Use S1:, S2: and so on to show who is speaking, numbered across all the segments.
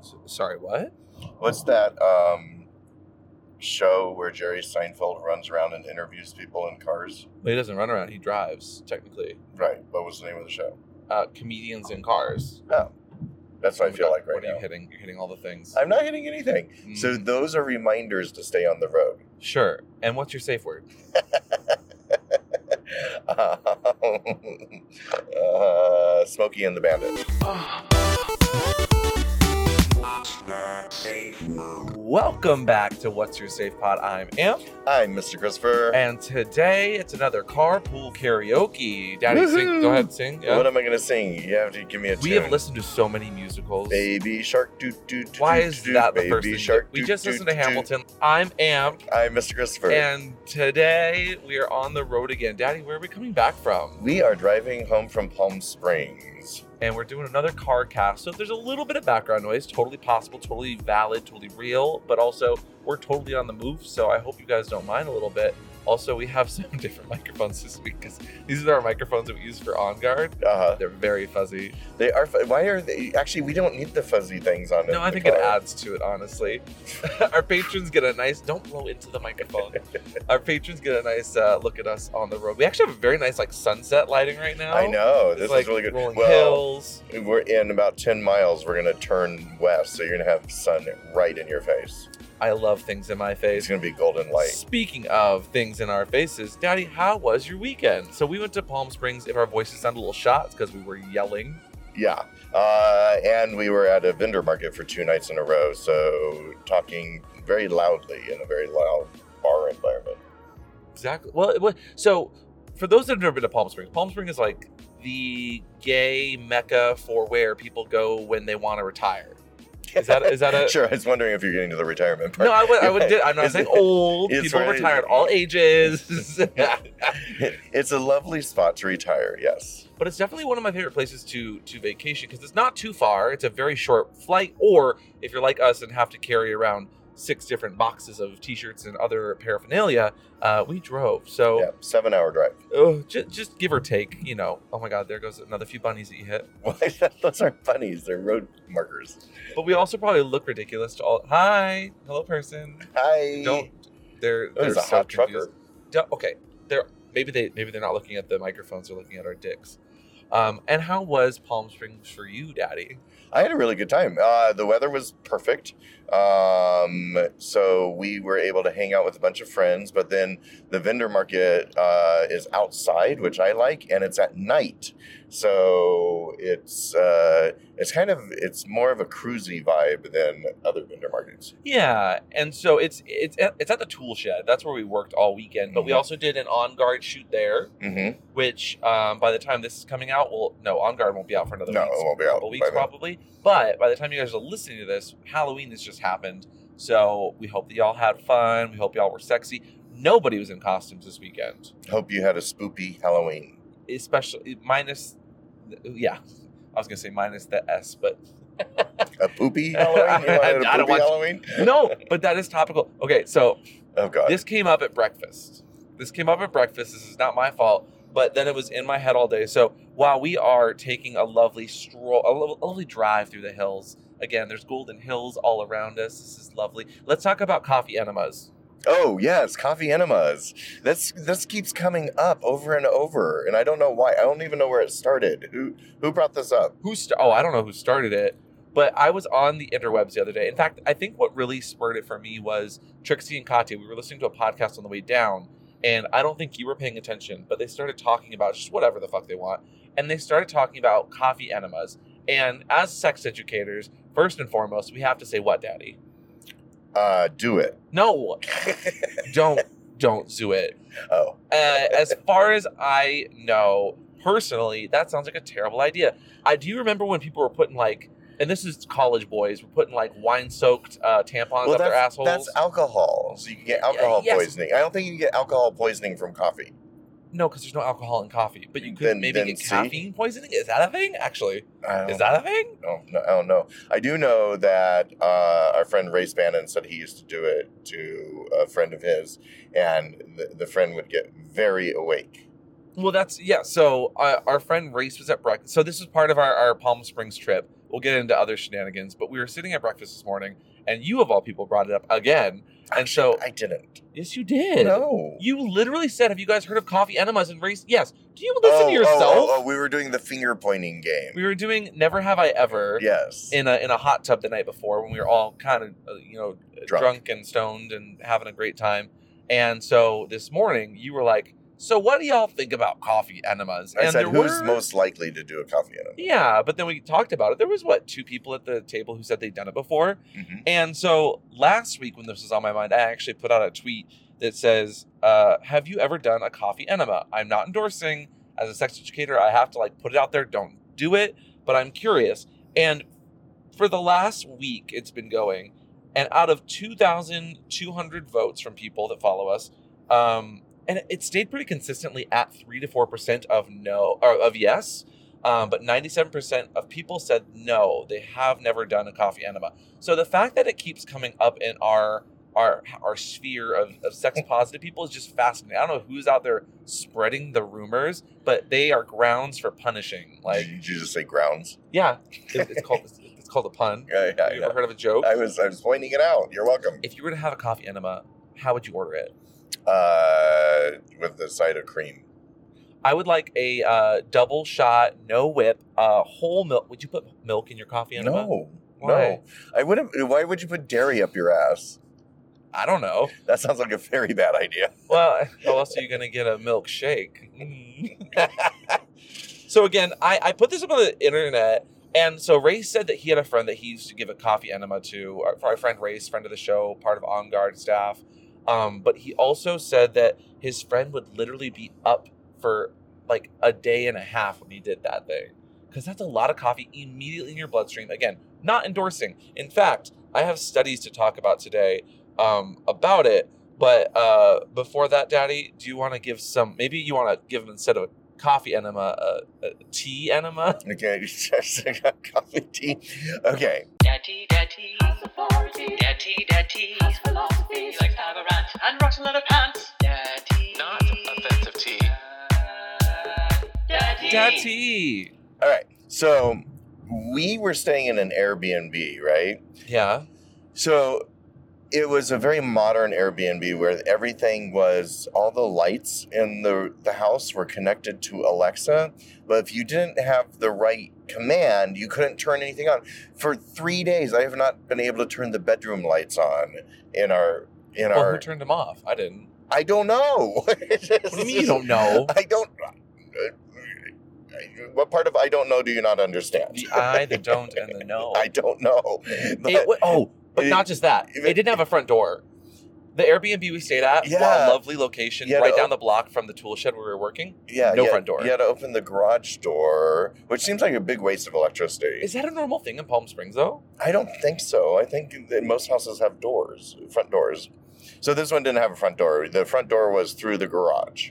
S1: S- sorry, what?
S2: What's that um, show where Jerry Seinfeld runs around and interviews people in cars?
S1: Well, he doesn't run around. He drives technically.
S2: Right. What was the name of the show?
S1: Uh, comedians in cars.
S2: That's what I
S1: Oh my
S2: feel
S1: God,
S2: like right
S1: What are
S2: now. Hmm.
S1: you hitting? You're hitting all the things.
S2: I'm not hitting anything.
S1: Mm,
S2: So those are reminders to stay on the road.
S1: sure. And what's your safe word?
S2: uh, Smokey and the Bandit.
S1: Welcome back to What's Your Safe Pod. I'm Amp,
S2: I'm Mr. Christopher.
S1: and today it's another carpool karaoke. Daddy, sing.
S2: Woohoo.
S1: Go ahead, sing. Yeah.
S2: What am I gonna sing? You have to give me a
S1: We
S2: tune.
S1: have listened to so many musicals.
S2: Baby Shark. Doo, doo, doo,
S1: Why
S2: doo,
S1: is
S2: doo,
S1: that the
S2: Baby
S1: first thing?
S2: Shark.
S1: that- we
S2: doo,
S1: just
S2: doo,
S1: listened to
S2: doo.
S1: Hamilton. I'm Amp,
S2: I'm Mr. Christopher.
S1: and today we are on the road again. Daddy, where are we coming back from?
S2: we are driving home from Palm Springs.
S1: And we're doing another car cast. So if there's a little bit of background noise, totally possible, totally valid, totally real, but also we're totally on the move. So I hope you guys don't mind a little bit. Also, we have some different microphones this week because these are our microphones that we use for On Guard.
S2: Uh-huh.
S1: They're very fuzzy.
S2: They are. fu- Why are they? Actually, we don't need the fuzzy things on it.
S1: No, I think it adds to it, honestly. Our patrons get a nice, don't blow into the microphone. Our patrons get a nice uh, look at us on the road. We actually have a very nice, like, sunset lighting right now.
S2: I know.
S1: It's
S2: This
S1: like
S2: is really good.
S1: Rolling
S2: Well,
S1: hills.
S2: we're in about 10 miles. We're going to turn west. So you're going to have sun right in your face.
S1: I love things in my
S2: It's
S1: face.
S2: going to be golden light.
S1: Speaking of things in our faces, Daddy, how was your weekend? So we went to Palm Springs. If our voices sound a little shot, it's because we were yelling.
S2: Yeah. Uh, and we were at a vendor market for two nights in a row. So talking very loudly in a very loud bar environment.
S1: Exactly. Well, it wa- so for those that have never been to Palm Springs, Palm Springs is like the gay mecca for where people go when they want to retire. Is that is that a
S2: sure. I was wondering if you're getting to the retirement part.
S1: Uh, no? I would I would
S2: Right.
S1: I'm not
S2: Is
S1: saying
S2: it-
S1: old
S2: it's
S1: people
S2: where it-
S1: retire at all ages, but
S2: it's a lovely spot to retire. Yes.
S1: it's definitely one of my favorite places to to vacation because it's not too far. It's a very short flight, or if you're like us and have to carry around six different boxes of t-shirts and other paraphernalia, uh, we drove. So.
S2: Yeah. Seven hour drive.
S1: oh, just, just give or take, you know. Oh my God, there goes another few bunnies that you hit.
S2: Why? Those aren't bunnies. They're road markers.
S1: But we also probably look ridiculous to all. Hi, hello, person.
S2: Hi.
S1: Don't. They're
S2: There's
S1: they're
S2: a
S1: so
S2: hot
S1: confused.
S2: trucker.
S1: Don't- okay, they're maybe they maybe they're not looking at the microphones. They're looking at our dicks. Um, and how was Palm Springs for you, Daddy?
S2: I had a really good time. Uh, the weather was perfect. Um, so we were able to hang out with a bunch of friends, but then the vendor market uh, is outside, which I like, and it's at night. So it's uh, it's kind of it's more of a cruisy vibe than other vendor markets.
S1: Yeah, and so it's it's at, it's at the tool shed. That's where we worked all weekend. But we
S2: Mhm.
S1: also did an on guard shoot there,
S2: Mm-hmm.
S1: which um, by the time this is coming out, well, no, on guard won't be out for another
S2: No,
S1: week,
S2: it won't be out.
S1: couple weeks
S2: by then.
S1: probably. But by the time you guys are listening to this, Halloween has just happened. So we hope that y'all had fun. We hope y'all were sexy. Nobody was in costumes this weekend,
S2: Hope you had a spoopy Halloween.
S1: especially minus, yeah, I was gonna say minus the S, but
S2: A poopy Halloween? You wanted a
S1: I don't
S2: poopy
S1: want-
S2: Halloween?
S1: no, but that is topical. Okay, so
S2: Oh god.
S1: this came up at breakfast. This came up at breakfast. This is not my fault, but then it was in my head all day. So while we are taking a lovely stroll, a lo- a lovely drive through the hills, again, there's golden hills all around us. This is lovely. Let's talk about coffee enemas.
S2: Oh yes, coffee enemas. That's this keeps coming up over and over, and I don't know why. I don't even know where it started. Who who brought this up?
S1: Who? St- oh, I don't know who started it, but I was on the interwebs the other day. In fact, I think what really spurred it for me was Trixie and Katya. We were listening to a podcast on the way down, and I don't think you were paying attention, but they started talking about just whatever the fuck they want, and they started talking about coffee enemas. And as sex educators, first and foremost, we have to say what, Daddy?
S2: Uh, do it.
S1: No, don't, don't do it.
S2: oh,
S1: Uh, as far as I know, personally, that sounds like a terrible idea. I do remember when people were putting like, and this is college boys, were putting like wine soaked uh, tampons
S2: well,
S1: up their
S2: that's,
S1: assholes.
S2: that's alcohol. So you can get alcohol
S1: yes.
S2: poisoning. I don't think you can get alcohol poisoning from coffee.
S1: no, because there's no alcohol in coffee, but you could
S2: Then-
S1: maybe
S2: then
S1: get
S2: see.
S1: caffeine poisoning. Is that a thing? Actually,
S2: I don't,
S1: is that a thing?
S2: I don't know, I don't know. I do know that uh, our friend Ray Spannon said he used to do it to a friend of his, and the, the friend would get very awake.
S1: Well, that's yeah. So uh, our friend Race was at breakfast. So this is part of our, our Palm Springs trip. We'll get into other shenanigans, but we were sitting at breakfast this morning, and you of all people brought it up again. And so,
S2: I didn't.
S1: yes, you did.
S2: No.
S1: You literally said, "Have you guys heard of coffee enemas?" And Race, yes. Do you listen to yourself?
S2: Oh, oh, we were doing the finger pointing game.
S1: We were doing "Never Have I Ever"
S2: yes.
S1: in a in a hot tub the night before when we were all kind of uh, you know drunk.
S2: Drunk.
S1: and stoned and having a great time. And so this morning you were like, "So what do y'all think about coffee enemas?"
S2: I
S1: and
S2: said, who's
S1: were-
S2: most likely to do a coffee enema?
S1: Yeah, but then we talked about it. There was what two people at the table who said they'd done it before.
S2: Mhm.
S1: And so last week when this was on my mind, I actually put out a tweet that says, uh, "Have you ever done a coffee enema?" I'm not endorsing. As a sex educator, I have to like put it out there. Don't do it. But I'm curious. And for the last week, it's been going. And out of 2,200 votes from people that follow us, um, and it stayed pretty consistently at three to four percent of no or of yes. Um, but 97% of people said no, they have never done a coffee enema. So the fact that it keeps coming up in our our our sphere of, of sex positive people is just fascinating. I don't know who's out there spreading the rumors, but they are grounds for punishing. Like,
S2: Did you just say grounds?
S1: yeah, it- it's called it's called a pun.
S2: Yeah, yeah,
S1: Have you
S2: yeah.
S1: ever heard of a joke?
S2: I was I was pointing it out. You're welcome.
S1: If you were to have a coffee enema, how would you order it?
S2: Uh, with the side of cream.
S1: I would like a uh, double shot, no whip, uh, whole milk. Would you put milk in your coffee enema?
S2: No,
S1: Why?
S2: no. I would have. Why would you put dairy up your ass?
S1: I don't know.
S2: That sounds like a very bad idea.
S1: Well, how else are you going to get a milkshake? Mm. so again, I, I put this up on the internet, and so Ray said that he had a friend that he used to give a coffee enema to. Our, our friend Ray's friend of the show, part of On Guard staff. Um, but he also said that his friend would literally be up for like a day and a half when he did that thing, because that's a lot of coffee immediately in your bloodstream. Again, not endorsing. In fact, I have studies to talk about today um, about it. But uh, before that, Daddy, do you want to give some? Maybe you want to give them instead of a coffee enema, a, a tea enema.
S2: Okay, coffee tea. Okay,
S3: Daddy, daddy,
S4: House authority.
S3: daddy, daddy.
S4: House
S3: He
S4: philosophies.
S3: likes to have a rant and rocks in leather pants. Daddy.
S5: Not offensive tea.
S3: Daddy.
S1: Daddy.
S2: all right. So we were staying in an Airbnb, right?
S1: Yeah.
S2: So it was a very modern Airbnb where everything was all the lights in the the house were connected to Alexa, but if you didn't have the right command, you couldn't turn anything on. For 3 days I have not been able to turn the bedroom lights on in our in
S1: Well,
S2: our
S1: who turned him off? I didn't.
S2: I don't know.
S1: What do you mean you don't know?
S2: I don't uh, what part of I don't know do you not understand?
S1: The I, the don't, and the no.
S2: I don't know. But-
S1: It wa- oh, but
S2: It-
S1: not just that.
S2: it-
S1: They didn't have a front door. The Airbnb we stayed at,
S2: Yeah.
S1: wow, lovely location,
S2: Yeah,
S1: right
S2: the-
S1: down the block from the tool shed where we were working.
S2: Yeah,
S1: No
S2: you-
S1: front door.
S2: You had to open the garage door, which seems like a big waste of electricity.
S1: Is that a normal thing in Palm Springs, though?
S2: I don't think so. I think that most houses have doors, front doors. So this one didn't have a front door. The front door was through the garage.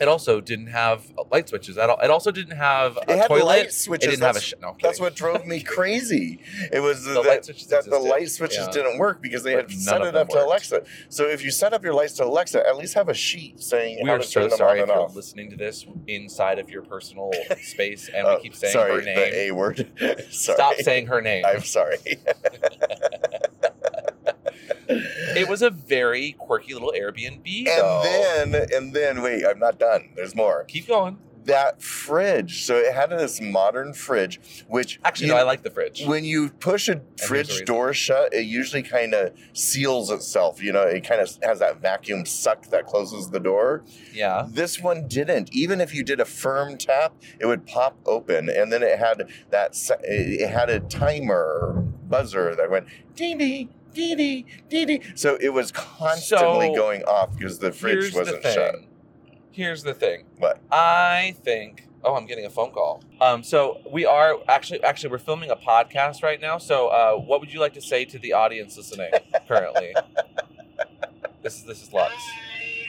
S1: It also didn't have uh, light switches at all. It also didn't have a
S2: It had
S1: toilet.
S2: light
S1: it
S2: switches.
S1: didn't have a.
S2: that's-
S1: Sh- no, I'm
S2: that's
S1: kidding.
S2: what drove me crazy. It was
S1: The
S2: that,
S1: light switches
S2: that the
S1: existed.
S2: light switches
S1: Yeah.
S2: didn't work because they
S1: But
S2: had
S1: none
S2: set
S1: of
S2: it
S1: them
S2: up to
S1: worked.
S2: Alexa. So if you set up your lights to Alexa, at least have a sheet saying
S1: We
S2: how
S1: are
S2: to
S1: so
S2: turn them
S1: sorry
S2: on and
S1: for
S2: off.
S1: listening to this inside of your personal space, and
S2: Oh,
S1: we keep saying
S2: sorry,
S1: her name.
S2: the A word. sorry.
S1: Stop saying her name.
S2: I'm sorry.
S1: It was a very quirky little Airbnb. though.
S2: And then, and then, wait, I'm not done. There's more.
S1: keep going.
S2: That fridge. So it had this modern fridge, which
S1: Actually,
S2: you-
S1: no, I like the fridge.
S2: When you push a
S1: the reason.
S2: fridge door shut, it usually kind of seals itself. You know, it kind of has that vacuum suck that closes the door.
S1: yeah.
S2: This one didn't. Even if you did a firm tap, it would pop open, and then it had that. se- It had a timer buzzer that went ding ding ding ding ding. ding. So it was constantly
S1: So,
S2: going off because the fridge
S1: Here's the
S2: wasn't
S1: thing.
S2: shut.
S1: Here's the thing.
S2: What?
S1: I think. Oh, I'm getting a phone call. Um, so we are actually actually we're filming a podcast right now. So uh, what would you like to say to the audience listening currently? this is this is Lux.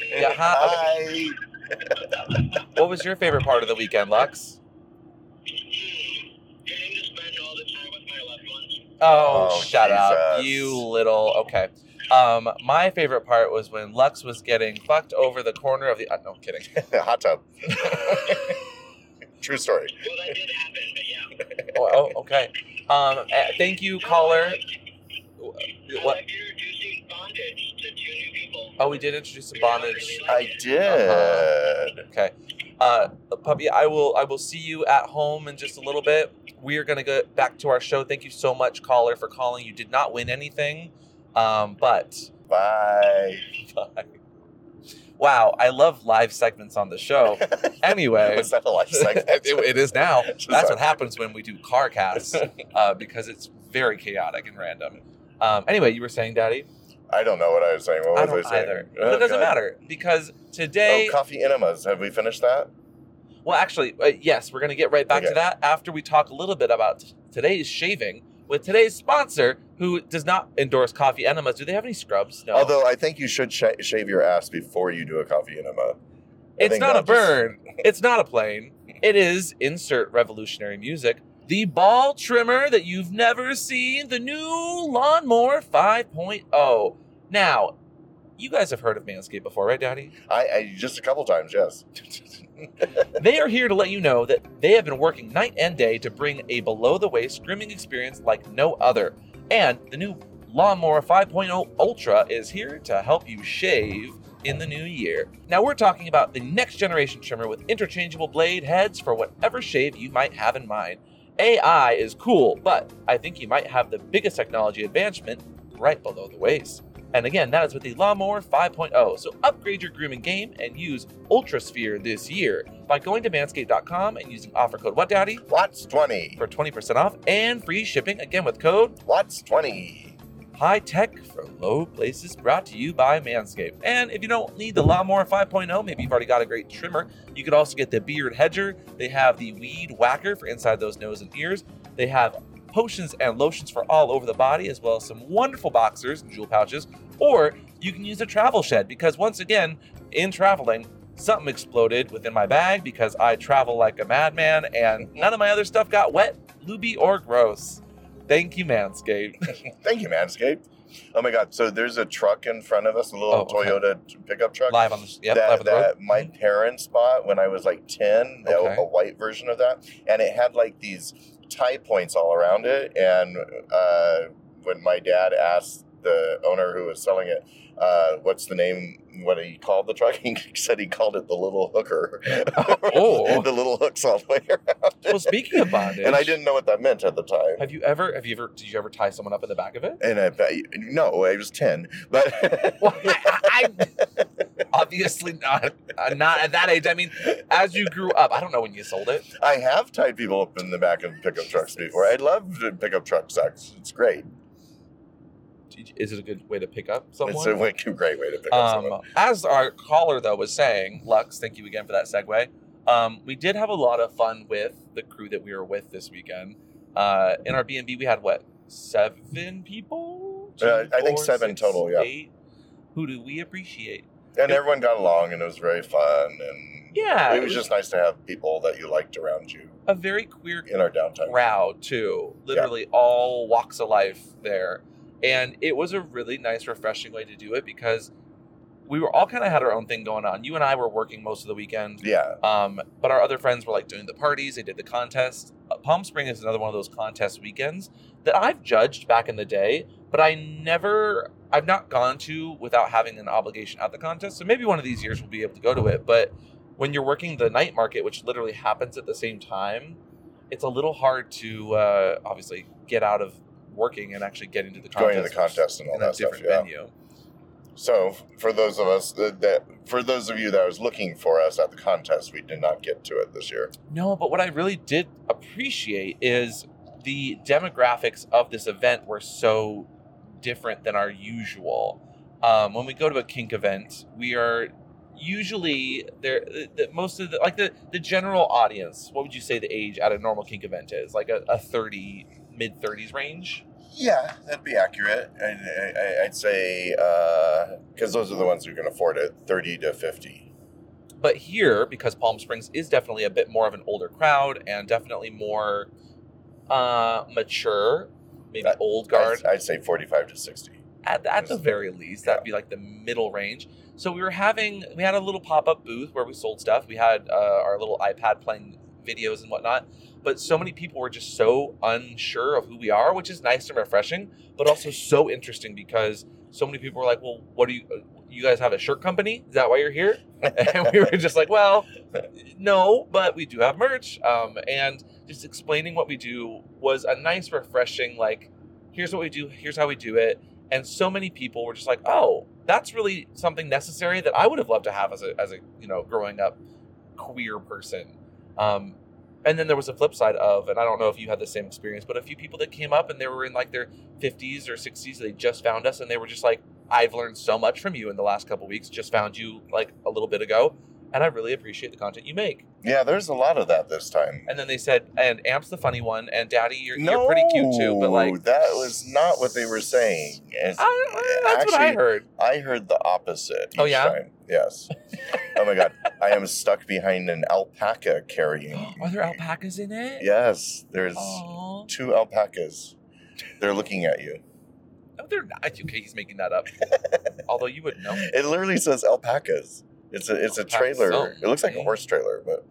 S1: Yeah. Hi.
S2: I
S1: What was your favorite part of the weekend, Lux?
S4: Mm-hmm.
S6: getting to spend all the time with my loved ones.
S1: Oh,
S2: Oh,
S1: shut up,
S2: Jesus.
S1: you little. Okay. Um, my favorite part was when Lux was getting fucked over the corner of the. Uh, no, I'm kidding.
S2: Hot tub. True story.
S4: Well, that did happen, but yeah.
S1: Oh, oh, okay. Um, uh, thank you, caller.
S4: I
S1: What?
S4: like introducing bondage to two new people.
S1: Oh, we did introduce the bondage.
S2: I did.
S1: Uh-huh. Okay. Uh, puppy, I will. I will see you at home in just a little bit. We are gonna go back to our show. Thank you so much, caller, for calling. You did not win anything, um, but
S2: Bye.
S1: wow, I love live segments on the show. Anyway,
S2: Was that a life
S1: it,
S2: segment?
S1: it is now.
S2: Sorry.
S1: That's what happens when we do car casts uh, because it's very chaotic and random. Um, anyway, you were saying, Daddy?
S2: I don't know what I was saying. What
S1: I
S2: was
S1: don't
S2: I saying?
S1: either.
S2: Oh,
S1: But it doesn't
S2: God.
S1: matter because
S2: Oh,
S1: today.
S2: coffee enemas. Have we finished that?
S1: Well, actually, uh, yes, we're going to get right back to
S2: Okay.
S1: that after we talk a little bit about t- today's shaving with today's sponsor, who does not endorse coffee enemas. Do they have any scrubs? No.
S2: Although I think you should sh- shave your ass before you do a coffee enema. I
S1: it's
S2: think
S1: not a
S2: that just-
S1: bird. it's not a plane. It is insert revolutionary music. The ball trimmer that you've never seen, the new lawnmower 5.0. Now, you guys have heard of Manscaped before, right, Daddy?
S2: I, I just a couple times, yes.
S1: They are here to let you know that they have been working night and day to bring a below the waist grooming experience like no other. And the new Lawnmower 5.0 Ultra is here to help you shave in the new year. Now, we're talking about the next generation trimmer with interchangeable blade heads for whatever shave you might have in mind. AI is cool, but I think you might have the biggest technology advancement right below the waist. And again, that is with the Lawnmower 5.0. So upgrade your grooming game and use Ultrasphere this year by going to manscaped.com and using offer code WhatDaddy
S2: Watts 20.
S1: for 20% off and free shipping. Again, with code
S2: Watts 20.
S1: High Tech for Low Places brought to you by Manscaped. And if you don't need the Lawnmower 5.0, maybe you've already got a great trimmer, you could also get the Beard Hedger. They have the Weed Whacker for inside those nose and ears. They have potions and lotions for all over the body, as well as some wonderful boxers and jewel pouches. Or you can use a travel shed because, once again, in traveling, something exploded within my bag because I travel like a madman and none of my other stuff got wet, luby, or gross. Thank you, Manscaped.
S2: Thank you, Manscaped. Oh my God. So there's a truck in front of us, a little
S1: Oh, okay.
S2: Toyota t- pickup truck.
S1: live on the yep,
S2: that,
S1: live on the road.
S2: that my parents bought when I was like 10, a-
S1: Okay.
S2: a, white version of that. And it had like these tie points all around it. And uh, when my dad asked the owner who was selling it, uh, what's the name, what he called the truck, he said he called it the little hooker.
S1: Oh.
S2: the little hooks all the way around. it.
S1: well, speaking of bondage,
S2: And I didn't know what that meant at the time.
S1: Have you ever? Have you ever? Did you ever tie someone up in the back of it?
S2: and I bet you, no, I was 10, but
S1: Well, I, I- obviously not. uh, not at that age. I mean, as you grew up, I don't know when you sold it.
S2: I have tied people up in the back of pickup trucks before. I love pickup truck sex. It's great.
S1: Did you- Is it a good way to pick up someone?
S2: It's a way- great way to pick up someone.
S1: um, as our caller though was saying, Lux, thank you again for that segue. Um, we did have a lot of fun with the crew that we were with this weekend. Uh, in our B and B, we had what seven people?
S2: Uh, I think seven total, yeah.
S1: Eight. Who do we appreciate?
S2: And everyone got along, and it was very fun. And
S1: Yeah,
S2: it was just nice to have people that you liked around you
S1: a very queer
S2: in our downtime.
S1: crowd too. Literally all walks of life there, and it was a really nice, refreshing way to do it because we were all kind of had our own thing going on. You and I were working most of the weekend,
S2: Yeah,
S1: um, but our other friends were like doing the parties. They did the contests. Uh, Palm Spring is another one of those contest weekends that I've judged back in the day, but I never, I've not gone to without having an obligation at the contest. So maybe one of these years we'll be able to go to it. But when you're working the night market, which literally happens at the same time, it's a little hard to uh, obviously get out of working and actually get into the contest.
S2: going to the contest and all
S1: in a
S2: that stuff.
S1: different
S2: Yeah.
S1: venue.
S2: So for those of us that, that for those of you that was looking for us at the contest, we did not get to it this year.
S1: No, but what I really did appreciate is the demographics of this event were so different than our usual. Um, when we go to a kink event, we are usually there. The, the, most of the like the the general audience. What would you say the age at a normal kink event is? Like a, a thirty mid thirties range.
S2: Yeah, that'd be accurate. And I, I, I'd say because those are the ones who can afford it, thirty to fifty.
S1: But here, because Palm Springs is definitely a bit more of an older crowd and definitely more uh, mature, maybe
S2: I-
S1: old guard.
S2: I'd, I'd say 45 to 60.
S1: at, at the very least that'd
S2: Yeah.
S1: be like the middle range so we were having we had a little pop-up booth where we sold stuff we had uh, our little ipad playing videos and whatnot but so many people were just so unsure of who we are which is nice and refreshing but also so interesting because so many people were like well what do you uh, you guys have a shirt company is that why you're here and we were just like well no but we do have merch um, and just explaining what we do was a nice refreshing like here's what we do here's how we do it and so many people were just like oh that's really something necessary that i would have loved to have as a, as a you know growing up queer person um, and then there was a flip side of and i don't know if you had the same experience but a few people that came up and they were in like their 50s or 60s they just found us and they were just like i've learned so much from you in the last couple weeks just found you like a little bit ago and i really appreciate the content you make
S2: Yeah, there's a lot of that this time.
S1: and then they said and amp's the funny one and daddy you're, you're pretty cute too but like
S2: that was not what they were saying. It's-
S1: I- that's what i
S2: Actually,
S1: heard
S2: I heard the opposite.
S1: Oh,
S2: each
S1: yeah?
S2: time. Yes. oh my god, I am stuck behind an alpaca carrying.
S1: are there Oh. alpacas in it
S2: Yes, there's
S1: Aw.
S2: two alpacas. They're looking at you.
S1: No, they're not. Okay, he's making that up. Although you would know.
S2: It literally says alpacas. It's a it's a
S1: Alpaca
S2: trailer.
S1: zone,
S2: It looks like a
S1: okay.
S2: horse trailer, but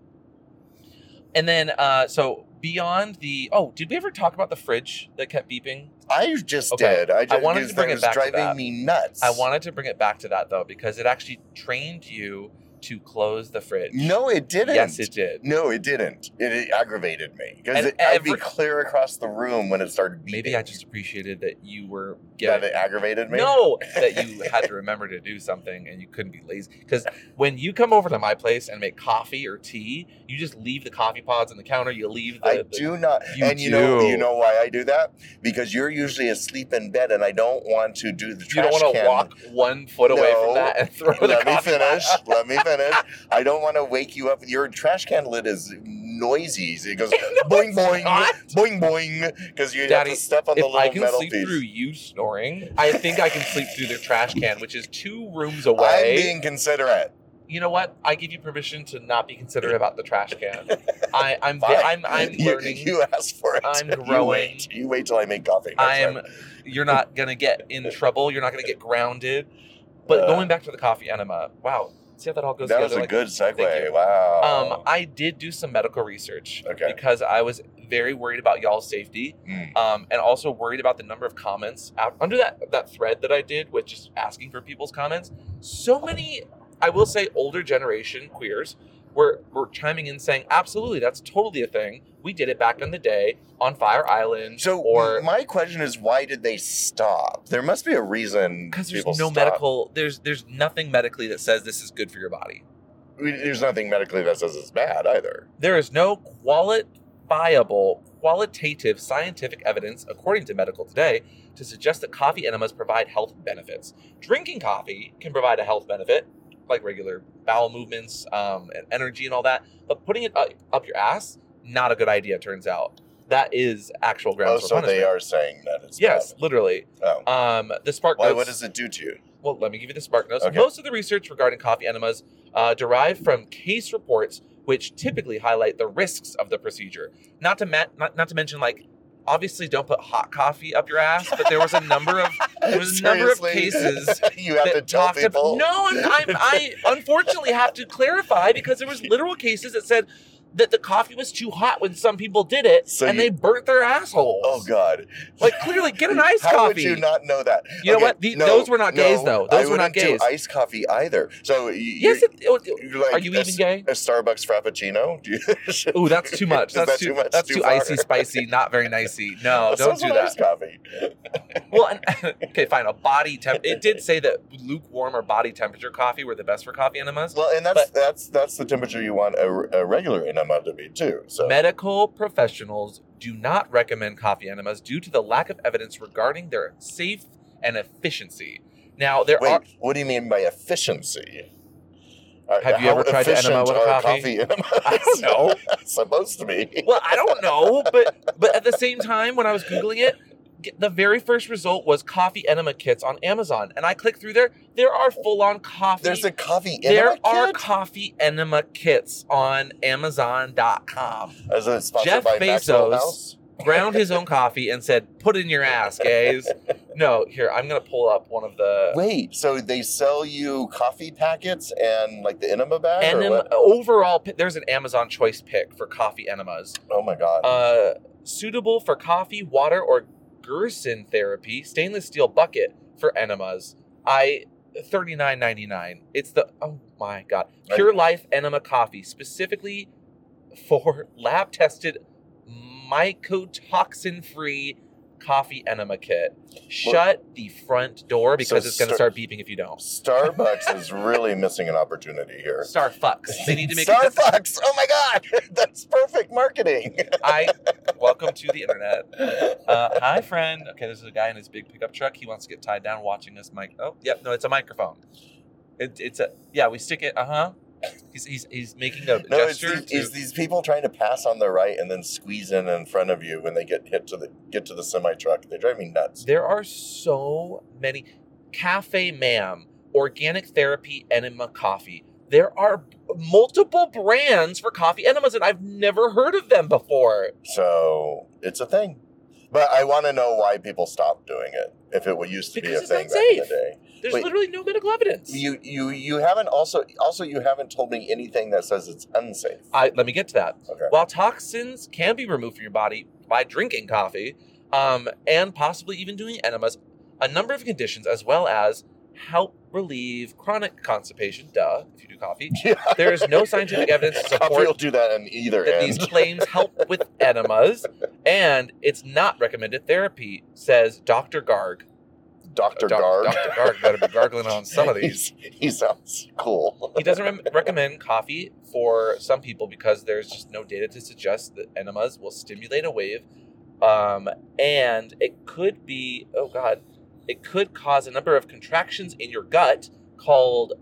S1: And then, uh, so beyond the. Oh, did we ever talk about the fridge that kept beeping?
S2: I just
S1: Okay,
S2: did. I, just,
S1: wanted
S2: because
S1: to bring
S2: that
S1: it
S2: was
S1: back to
S2: driving
S1: that.
S2: me nuts.
S1: I wanted to bring it back to that though, because it actually trained you to close the fridge.
S2: No, it didn't.
S1: Yes, it did.
S2: No, it didn't. It, it aggravated me because
S1: And
S2: it I'd be
S1: every-
S2: clear across the room when it started beeping.
S1: Maybe I just appreciated that you were
S2: that
S1: getting.
S2: it aggravated me.
S1: No, that you had to remember to do something and you couldn't be lazy. Because when you come over to my place and make coffee or tea, you just leave the coffee pods on the counter. You leave the.
S2: I
S1: the-
S2: do not.
S1: You
S2: and you know
S1: do.
S2: you know why I do that? Because you're usually asleep in bed, and I don't want to do the
S1: You
S2: trash
S1: don't want to
S2: can.
S1: walk one foot away
S2: No.
S1: from that and throw the
S2: Let me
S1: coffee pot
S2: finish.
S1: out.
S2: Let me finish. I don't want to wake you up. Your trash can lid is noisy. It goes boing boing
S1: not.
S2: boing boing because you
S1: Daddy,
S2: have to step on the
S1: If
S2: little
S1: I can
S2: metal
S1: sleep
S2: piece.
S1: through you snoring, I think I can sleep through the trash can, which is two rooms
S2: I'm
S1: away.
S2: being considerate.
S1: you know what? I give you permission to not be considerate about the trash can. I, I'm, ve-
S2: Fine.
S1: I'm, I'm
S2: You-
S1: learning.
S2: You, asked for it.
S1: I'm
S2: You
S1: growing.
S2: wait. You wait till I make coffee. my
S1: I'm.
S2: friend.
S1: You're not gonna get in trouble. You're not gonna get grounded. But
S2: Uh,
S1: going back to the coffee enema, wow. See how that all goes
S2: That
S1: together.
S2: was a
S1: like-
S2: good segue.
S1: you.
S2: Wow.
S1: Um, I did do some medical research
S2: Okay.
S1: because I was very worried about y'all's safety.
S2: Mm.
S1: um, and also worried about the number of comments out under that that thread that I did with just asking for people's comments. So many, I will say, older generation queers were were chiming in saying, "Absolutely, that's totally a thing. We did it back in the day on Fire Island."
S2: So
S1: or
S2: my question is, why did they stop? There must be a reason.
S1: because there's
S2: people
S1: no
S2: stop.
S1: medical, there's there's nothing medically that says this is good for your body.
S2: I mean, There's nothing medically that says it's bad either.
S1: There is no qualifiable, qualitative scientific evidence, according to medical today, to suggest that coffee enemas provide health benefits. Drinking coffee can provide a health benefit, like regular bowel movements um, and energy and all that, but putting it up, up your ass, not a good idea, it turns out. That is actual
S2: Oh,
S1: grounds for
S2: so
S1: punishment.
S2: they are saying that it's
S1: Yes, literally.
S2: Bad. Oh.
S1: Um, the spark
S2: Why?
S1: notes-
S2: What does it do to you?
S1: well, let me give you the spark notes.
S2: Okay.
S1: Most of the research regarding coffee enemas uh, derived from case reports, which typically highlight the risks of the procedure. Not to ma- not, not to mention, like, obviously, don't put hot coffee up your ass. But there was a number of there was a number of
S2: Seriously?
S1: cases
S2: you have to
S1: that
S2: tell
S1: talked ab-
S2: people.
S1: no, I'm, I'm, I unfortunately have to clarify because there was literal cases that said that the coffee was too hot when some people did it,
S2: So
S1: and
S2: you-
S1: they burnt their assholes.
S2: Oh God!
S1: Like clearly, get an iced
S2: How
S1: coffee.
S2: would you not know that?
S1: You know what? The- those were not gays, though. Those
S2: I
S1: were not
S2: wouldn't do
S1: gays.
S2: Ice coffee either. So y-
S1: yes,
S2: you're-
S1: it, it-
S2: you're like
S1: are you
S2: a
S1: even
S2: s-
S1: gay?
S2: A Starbucks Frappuccino? Do you-
S1: Ooh, that's too much.
S2: Is
S1: That's
S2: that
S1: too,
S2: too much?
S1: That's
S2: Too
S1: too,
S2: far?
S1: icy, spicy, not very nicey. No,
S2: That
S1: don't
S2: sounds
S1: do
S2: like
S1: that.
S2: Ice coffee.
S1: Well, and, okay, fine. A body temp. It did say that lukewarm or body temperature coffee were the best for coffee enemas.
S2: Well, and that's that's that's the temperature you want a, a regular enema to be too. So
S1: Medical professionals do not recommend coffee enemas due to the lack of evidence regarding their safe and efficiency. Now there
S2: wait,
S1: are
S2: what do you mean by efficiency? Uh,
S1: Have you
S2: how
S1: ever tried to
S2: efficient
S1: enema with a
S2: are
S1: coffee?
S2: enemas?
S1: I don't know.
S2: supposed to be.
S1: well, I don't know, but but at the same time, when I was googling it, g- the very first result was coffee enema kits on Amazon, and I clicked through there. There are full on coffee.
S2: There's a coffee
S1: There
S2: enema
S1: are
S2: kit?
S1: coffee enema kits on Amazon.com.
S2: Is it sponsored
S1: Jeff
S2: by Maxwell
S1: Bezos
S2: House?
S1: ground his own coffee and said, "Put it in your ass, guys." No, here I'm gonna pull up one of the
S2: Wait, so they sell you coffee packets and like the enema bag? or
S1: enema
S2: what?
S1: overall. pi- There's an Amazon Choice pick for coffee enemas.
S2: Oh my god.
S1: Uh, suitable for coffee, water, or Gerson therapy. Stainless steel bucket for enemas. I thirty nine ninety nine. It's the oh my god,
S2: Right.
S1: Pure Life Enema Coffee, specifically for lab tested, mycotoxin free coffee enema kit. Shut the front door because it's going to
S2: start-
S1: start beeping if you don't.
S2: Starbucks is really missing an opportunity here.
S1: Star fucks. They need to make. it.
S2: Starbucks. Oh my god, that's perfect marketing.
S1: I welcome to the internet. Uh, hi, friend. Okay, this is a guy in his big pickup truck. He wants to get tied down watching us. Mic. Oh, yep. No, it's a microphone. It, it's a yeah. We stick it. Uh huh. He's, he's he's making a
S2: No, it's
S1: gesture.
S2: these,
S1: to-
S2: it's these people trying to pass on their right and then squeeze in in front of you when they get hit to the get to the semi truck. They drive me nuts.
S1: there are so many cafe ma'am organic therapy enema coffee. There are multiple brands for coffee enemas, and I've never heard of them before.
S2: So it's a thing. But I want to know why people stopped doing it. If it used to
S1: Because
S2: be a
S1: it's
S2: thing
S1: not
S2: back in the
S1: safe.
S2: day.
S1: There's
S2: Wait.
S1: literally no medical evidence.
S2: You you you haven't also also you haven't told me anything that says it's unsafe.
S1: I, let me get to that.
S2: Okay.
S1: While toxins can be removed from your body by drinking coffee um, and possibly even doing enemas, a number of conditions, as well as help relieve chronic constipation, duh, if you do coffee, there is no scientific evidence to
S2: Coffee will
S1: support
S2: do that in either
S1: that
S2: end.
S1: these claims help with enemas, and it's not recommended therapy, says Dr. Garg.
S2: Doctor
S1: Doc-
S2: Garg.
S1: Dr. Garg better be gargling on some of these.
S2: He's- He sounds cool.
S1: he doesn't rem- recommend coffee for some people because there's just no data to suggest that enemas will stimulate a wave um, and it could be oh god it could cause a number of contractions in your gut called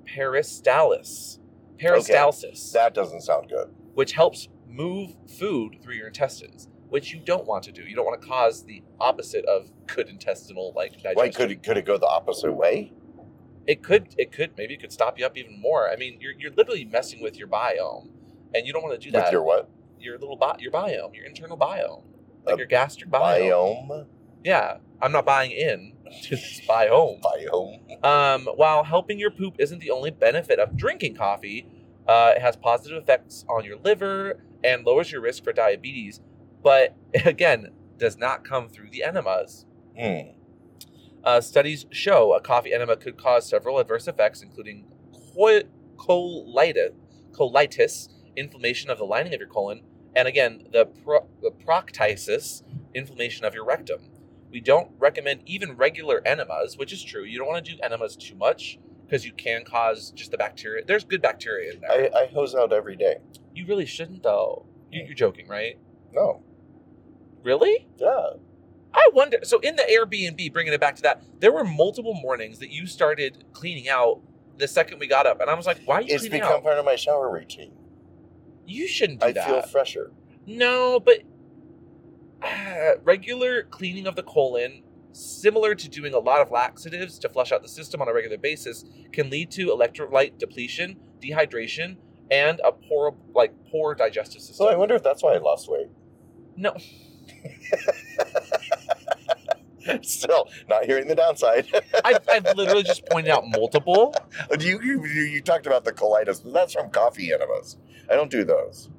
S1: peristalsis peristalsis
S2: That doesn't sound good.
S1: which helps move food through your intestines which you don't want to do you don't want to cause the opposite of good intestinal like digestion
S2: Wait, could it could it go the opposite way?
S1: it could it could maybe it could stop you up even more. I mean, you're you're literally messing with your biome, and you don't want to do that.
S2: With your what?
S1: your little bi- your biome, your internal biome, like
S2: A
S1: your gastric biome.
S2: Biome.
S1: Yeah, I'm not buying in to this biome.
S2: Biome.
S1: Um, while helping your poop isn't the only benefit of drinking coffee, uh, it has positive effects on your liver and lowers your risk for diabetes. But again, does not come through the enemas.
S2: Hmm.
S1: Uh, studies show a coffee enema could cause several adverse effects, including co- colitis, colitis, inflammation of the lining of your colon, and again, the, pro- the proctitis, inflammation of your rectum. We don't recommend even regular enemas, which is true. You don't want to do enemas too much because you can cause just the bacteria. There's good bacteria in there.
S2: I, I hose out every day.
S1: you really shouldn't, though. You, you're joking, right?
S2: No.
S1: Really?
S2: Yeah.
S1: I wonder. So in the Airbnb, bringing it back to that, there were multiple mornings that you started cleaning out the second we got up, and I was like, "Why are you
S2: It's
S1: cleaning
S2: become
S1: out?
S2: part of my shower routine.
S1: You shouldn't do
S2: I
S1: that."
S2: feel fresher.
S1: no, but uh, regular cleaning of the colon, similar to doing a lot of laxatives to flush out the system on a regular basis, can lead to electrolyte depletion, dehydration, and a poor like poor digestive system.
S2: So I wonder if that's why I lost weight.
S1: no,
S2: Still not hearing the downside.
S1: I've, I've literally just pointed out multiple.
S2: you, you you talked about the colitis, but that's from coffee enemas. I don't do those.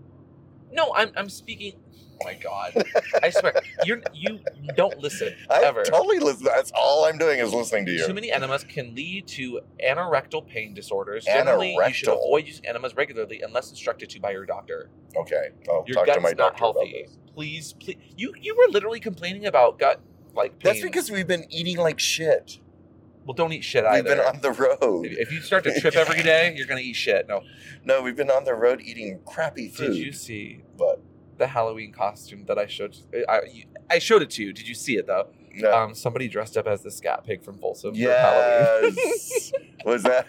S1: No, I'm I'm speaking. Oh my god! I swear, you you don't listen
S2: I
S1: ever.
S2: totally listen. That's all I'm doing is listening to you.
S1: Too many enemas can lead to anorectal pain disorders. Generally, you should
S2: Anorectal?
S1: avoid using enemas regularly unless instructed to by your doctor.
S2: okay, I'll
S1: Your
S2: talk
S1: gut's
S2: to my
S1: not
S2: doctor about
S1: healthy.
S2: this.
S1: Please, please. You you were literally complaining about gut like pain.
S2: That's because we've been eating like shit.
S1: well, don't eat shit
S2: We've
S1: either.
S2: been on the road.
S1: if if you start to trip every day, you're gonna eat shit. No.
S2: No, we've been on the road eating crappy food.
S1: Did you see
S2: But
S1: the Halloween costume that I showed? I you- I showed it to you. Did you see it though?
S2: no.
S1: Um, somebody dressed up as the scat pig from Folsom for Halloween.
S2: yes. Was that?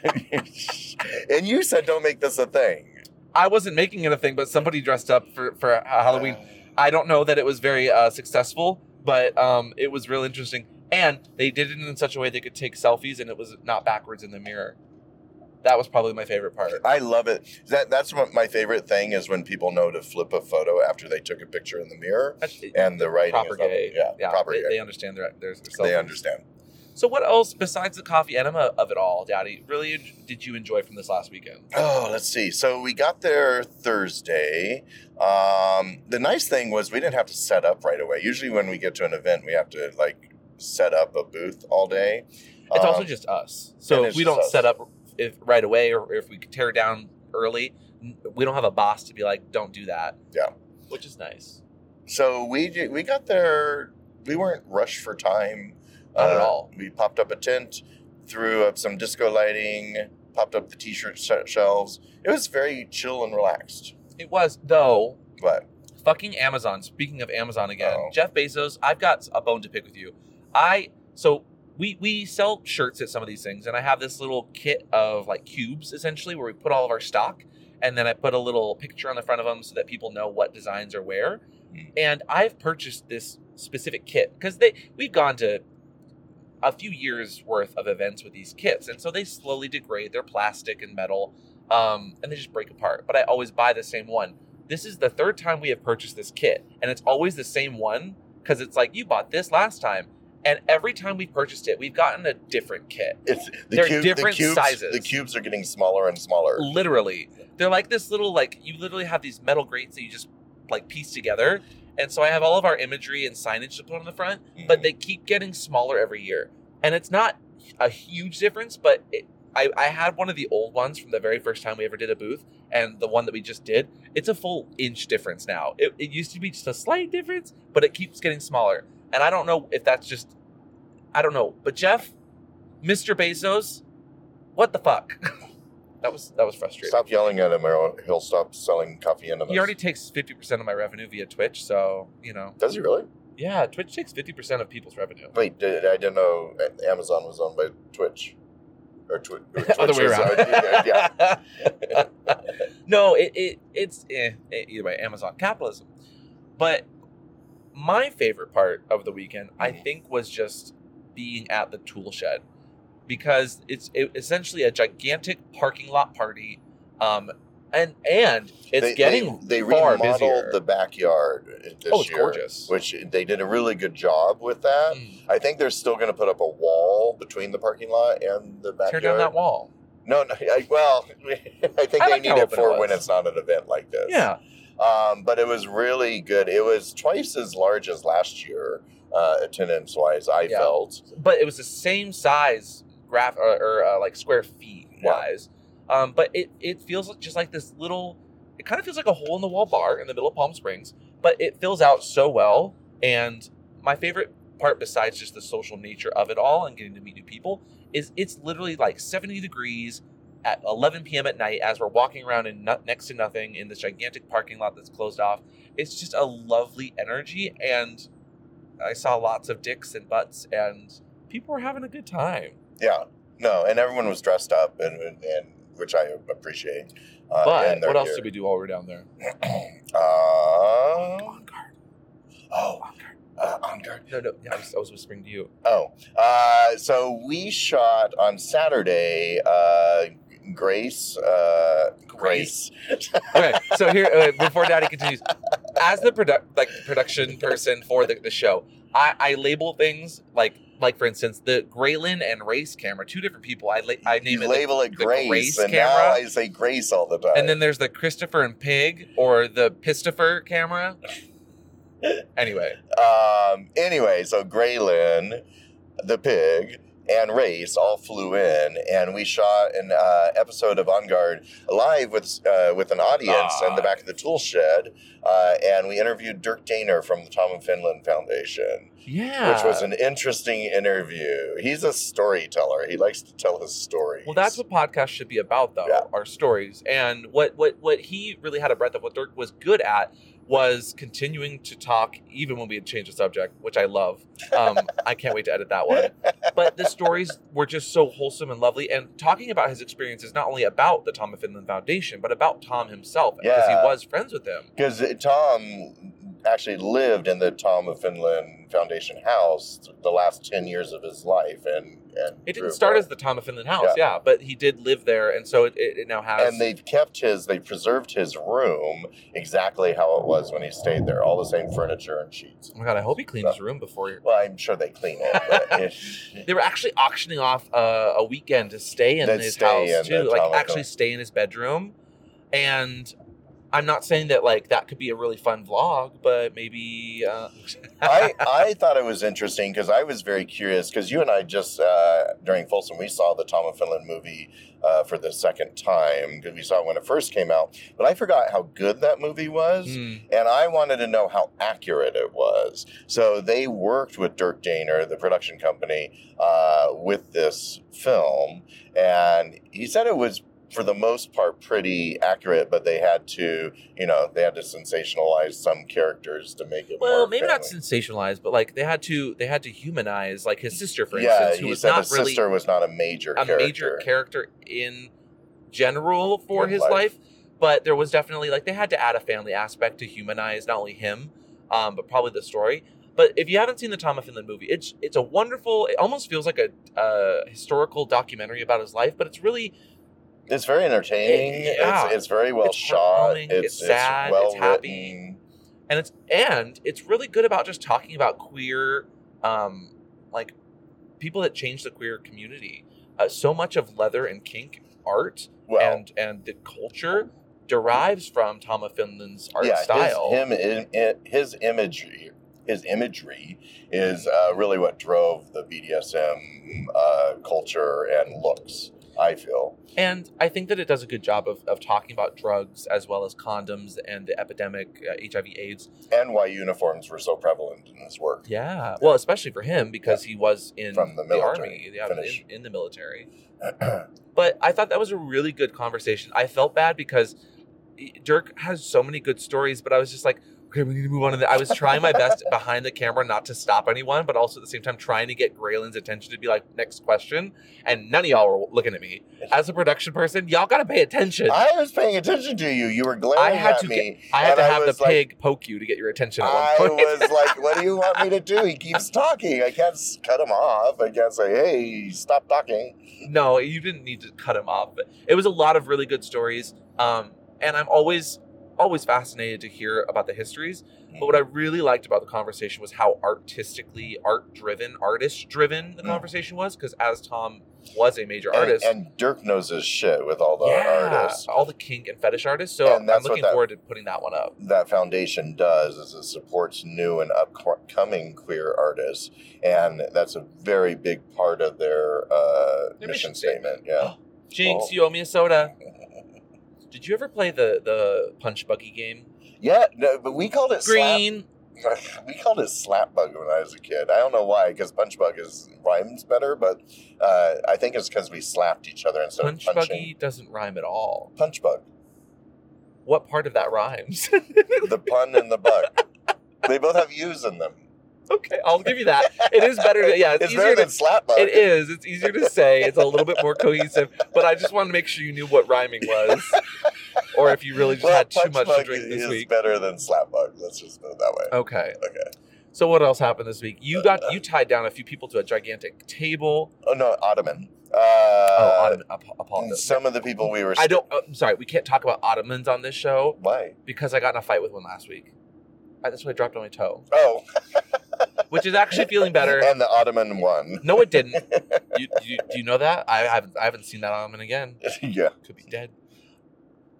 S2: and you said don't make this a thing.
S1: I wasn't making anything, but somebody dressed up for for uh, Halloween.
S2: Uh,
S1: I don't know that it was very uh, successful, but um, it was real interesting. And they did it in such a way they could take selfies, and it was not backwards in the mirror. That was probably my favorite part.
S2: I love it. That that's what my favorite thing is when people know to flip a photo after they took a picture in the mirror
S1: That's-
S2: and the writing.
S1: proper
S2: is on-
S1: gay.
S2: Yeah, proper
S1: they,
S2: gay.
S1: they understand their their
S2: They,
S1: self.
S2: understand.
S1: So what else besides the coffee enema of it all, Daddy? Really, en- did you enjoy from this last weekend?
S2: Oh, let's see. So we got there Thursday. Um, the nice thing was we didn't have to set up right away. Usually when we get to an event, we have to like set up a booth all day.
S1: It's also
S2: Um,
S1: just us. So if
S2: it is
S1: we
S2: just
S1: don't
S2: us.
S1: set up if right away, or if we tear down early, n- we don't have a boss to be like, "Don't do that."
S2: Yeah.
S1: which is nice.
S2: So we ju- we got there. We weren't rushed for time Uh,
S1: Not at all.
S2: We popped up a tent, threw up some disco lighting, popped up the t-shirt sh- shelves. It was very chill and relaxed.
S1: It was though.
S2: But
S1: Fucking Amazon. Speaking of Amazon again,
S2: Oh.
S1: Jeff Bezos, I've got a bone to pick with you. I so we we sell shirts at some of these things, and I have this little kit of like cubes essentially where we put all of our stock, and then I put a little picture on the front of them so that people know what designs are where.
S2: Mm.
S1: And I've purchased this specific kit because they we've gone to a few years worth of events with these kits, and so they slowly degrade. They're plastic and metal, um, and they just break apart. But I always buy the same one this is the third time we have purchased this kit and it's always the same one because it's like you bought this last time and every time we've purchased it we've gotten a different kit
S2: it's the,
S1: They're
S2: cube-
S1: different
S2: the cubes,
S1: sizes.
S2: The cubes are getting smaller and smaller.
S1: literally they're like this little like you literally have these metal grates that you just like piece together and so i have all of our imagery and signage to put on the front
S2: Mm-hmm.
S1: but they keep getting smaller every year and it's not a huge difference but it, I, I had one of the old ones from the very first time we ever did a booth and the one that we just did it's a full inch difference now it, it used to be just a slight difference but it keeps getting smaller and i don't know if that's just i don't know but jeff mr bezos what the fuck that was that was frustrating
S2: stop yelling at him, or he'll stop selling coffee enemas.
S1: he already takes 50% of my revenue via twitch so you know
S2: does he really?
S1: yeah twitch takes 50% of people's revenue
S2: Wait, did, I didn't know Amazon was owned by Twitch or Twi- Twitch.
S1: other way
S2: was-
S1: around.
S2: yeah,
S1: no, it, it it's eh, eh, either way Amazon capitalism. But my favorite part of the weekend, I
S2: Mhm.
S1: think, was just being at the tool shed because it's it, essentially a gigantic parking lot party, um, and and it's
S2: They-
S1: getting
S2: they, they
S1: far
S2: remodeled
S1: busier.
S2: the backyard this
S1: oh, it's
S2: year,
S1: gorgeous.
S2: which they did a really good job with that.
S1: Mm.
S2: I think they're still going to put up a wall between the parking lot and the
S1: Tear
S2: backyard.
S1: down that wall.
S2: No, no I, well, I think
S1: I
S2: they
S1: like
S2: need
S1: how
S2: it
S1: open it
S2: for
S1: was.
S2: when it's not an event like this.
S1: Yeah,
S2: Um, but it was really good. It was twice as large as last year, uh, attendance wise, I
S1: Yeah.
S2: felt.
S1: but it was the same size graph or, or uh, like square feet
S2: Yeah.
S1: wise. Um, but it it feels like- just like this little. It kind of feels like a hole in the wall bar in the middle of Palm Springs, but it fills out so well. And my favorite part, besides just the social nature of it all and getting to meet new people, is it's literally like seventy degrees at 11 p.m. at night as we're walking around in no- next to nothing in this gigantic parking lot that's closed off. It's just a lovely energy, and I saw lots of dicks and butts, and people were having a good time.
S2: Yeah. No, and everyone was dressed up, and, and, and which I appreciate. Uh,
S1: But
S2: and they're
S1: what else
S2: here.
S1: did we do while we were down there?
S2: Uh,
S1: guard.
S2: oh, uh, on guard.
S1: No, no, yeah, I, was, I was whispering to you.
S2: Oh, uh, so we shot on Saturday. Uh, Grace, uh, Grace.
S1: Okay, so here uh, before Daddy continues, as the produ- like the production person for the, the show, I, I label things like like for instance the Graylin and Race camera, two different people. I la- I name it
S2: you
S1: the-
S2: label it
S1: the
S2: Grace,
S1: Grace
S2: and now
S1: camera.
S2: I say Grace all the time.
S1: and then there's the Christopher and Pig or the Pistifer camera. Anyway,
S2: um, anyway, so Graylin, the pig, and Race all flew in, and we shot an uh, episode of On Guard live with uh, with an audience in
S1: Ah.
S2: the back of the tool shed, uh, and we interviewed Dirk Daner from the Tom and Finland Foundation,
S1: yeah,
S2: which was an interesting interview. He's a storyteller; he likes to tell his stories.
S1: Well, that's what podcasts should be about, though,
S2: Yeah.
S1: our stories. And what what what he really had a breadth of what Dirk was good at was continuing to talk, even when we had changed the subject, which I love. Um, I can't wait to edit that one. But the stories were just so wholesome and lovely. And talking about his experiences, not only about the Tom of Finland Foundation, but about Tom himself, because
S2: Yeah.
S1: he was friends with him.
S2: because Tom actually lived in the Tom of Finland Foundation house the last ten years of his life, and and
S1: It
S2: grew
S1: didn't start
S2: up.
S1: as the Tom of Finland house, yeah. but he did live there, and so it, it, it now has.
S2: and they kept his they preserved his room exactly how it was when he stayed there all the same furniture and sheets
S1: oh my god, I hope he cleaned his room before. he-
S2: well i'm sure they clean it but it,
S1: They were actually auctioning off uh, a weekend to stay in
S2: They'd
S1: his
S2: stay in
S1: house
S2: the
S1: too, like
S2: Tom of
S1: actually
S2: Finland.
S1: stay in his bedroom. And I'm not saying that like that could be a really fun vlog, but maybe uh,
S2: I, I thought it was interesting because i was very curious because you and i just uh, during folsom we saw the tom of finland movie uh, for the second time 'cause we saw it when it first came out but i forgot how good that movie was
S1: Hmm.
S2: and I wanted to know how accurate it was. So they worked with Dirk Daner, the production company, uh, with this film, and he said it was for the most part pretty accurate, but they had to, you know, they had to sensationalize some characters to make it.
S1: Well,
S2: more
S1: maybe not
S2: family.
S1: sensationalized, but like they had to they had to humanize like his sister, for
S2: yeah,
S1: instance, who
S2: he
S1: was
S2: said
S1: not
S2: his
S1: really
S2: sister was not a major
S1: a
S2: character.
S1: major character in general for
S2: In
S1: his
S2: life.
S1: life. but there was definitely like they had to add a family aspect to humanize not only him, um, but probably the story. But if you haven't seen the Tom of Finland movie, it's it's a wonderful. It almost feels like a, a historical documentary about his life, but it's really
S2: It's very entertaining.
S1: Yeah.
S2: It's, it's very well
S1: It's
S2: shot.
S1: heartwarming,
S2: It's,
S1: it's sad,
S2: well
S1: it's happy.
S2: written.
S1: and it's and it's really good about just talking about queer um like people that change the queer community uh, so much of leather and kink art
S2: Well,
S1: and and the culture derives from tom of finland's art
S2: his-
S1: style
S2: him, in, in- his imagery, his imagery is uh, really what drove the BDSM uh, culture and looks. I feel
S1: and i think that it does a good job of, of talking about drugs as well as condoms and the epidemic uh, hiv aids
S2: and why uniforms were so prevalent in his work.
S1: yeah well especially for him because he was in
S2: From the
S1: the
S2: military,
S1: army yeah,
S2: Finnish.
S1: in, in the military But I thought that was a really good conversation. I felt bad because eh, Dirk has so many good stories, but I was just like, okay, we need to move on to that. I was trying my best behind the camera not to stop anyone, but also at the same time trying to get Graylin's attention to be like, next question. And none of y'all were looking at me. As a production person, y'all got to pay attention. I,
S2: I was paying attention to you. You were glaring
S1: had
S2: at
S1: to
S2: me.
S1: had
S2: and
S1: to
S2: I
S1: have the
S2: was like-
S1: pig poke you to get your attention at
S2: I
S1: one point.
S2: was like, "What do you want me to do?" He keeps talking. I can't s- cut him off. I can't say, "Hey, stop talking."
S1: no, you didn't need to cut him off. But it was a lot of really good stories. Um, and I'm always, always fascinated to hear about the histories. But what I really liked about the conversation was how artistically art driven, artist driven the
S2: Mm.
S1: conversation was. Because as Tom was a major
S2: And-
S1: artist,
S2: and, Dirk knows his shit with all the
S1: yeah,
S2: artists.
S1: all the kink and fetish artists. So
S2: And that's
S1: I'm
S2: what
S1: looking
S2: that-
S1: forward to putting that one up.
S2: that foundation does is it supports new and upcoming queer artists, and that's a very big part of their, uh,
S1: Their
S2: mission
S1: mission
S2: statement. Yeah,
S1: Jinx,
S2: Oh.
S1: you owe me a soda. Did you ever play the the punch buggy game?
S2: yeah, no, but we called it
S1: Green.
S2: slap. We called it slap bug when I was a kid. I don't know why, because punch bug is rhymes better, but uh, I think it's because we slapped each other instead
S1: Punch
S2: of punching.
S1: buggy doesn't rhyme at all.
S2: Punch bug,
S1: What part of that rhymes?
S2: the pun and the bug. they both have U's in them.
S1: okay, I'll give you that. It is better. To, yeah, it's,
S2: It's,
S1: easier
S2: better
S1: to
S2: than slap bug.
S1: It is. It's easier to say. It's a little bit more cohesive. But I just wanted to make sure you knew what rhyming was, or if you really just
S2: Well,
S1: had too
S2: punch
S1: much to
S2: bug
S1: drink this
S2: is
S1: week.
S2: better than slap bug. Let's just put it that way.
S1: Okay.
S2: Okay. Uh,
S1: So what else happened this week? You got you tied down a few people to a gigantic table.
S2: Oh no, Ottoman. Uh,
S1: oh, Ottoman, ap- apologize.
S2: some of the people we were.
S1: I don't. uh, I'm sorry. We can't talk about ottomans on this show
S2: Why?
S1: because I got in a fight with one last week. I, that's why I dropped on my toe,
S2: Oh,
S1: which is actually feeling better.
S2: And the Ottoman won.
S1: No, it didn't. You, you, do you know that? I haven't. I haven't seen that ottoman again.
S2: yeah.
S1: could be dead.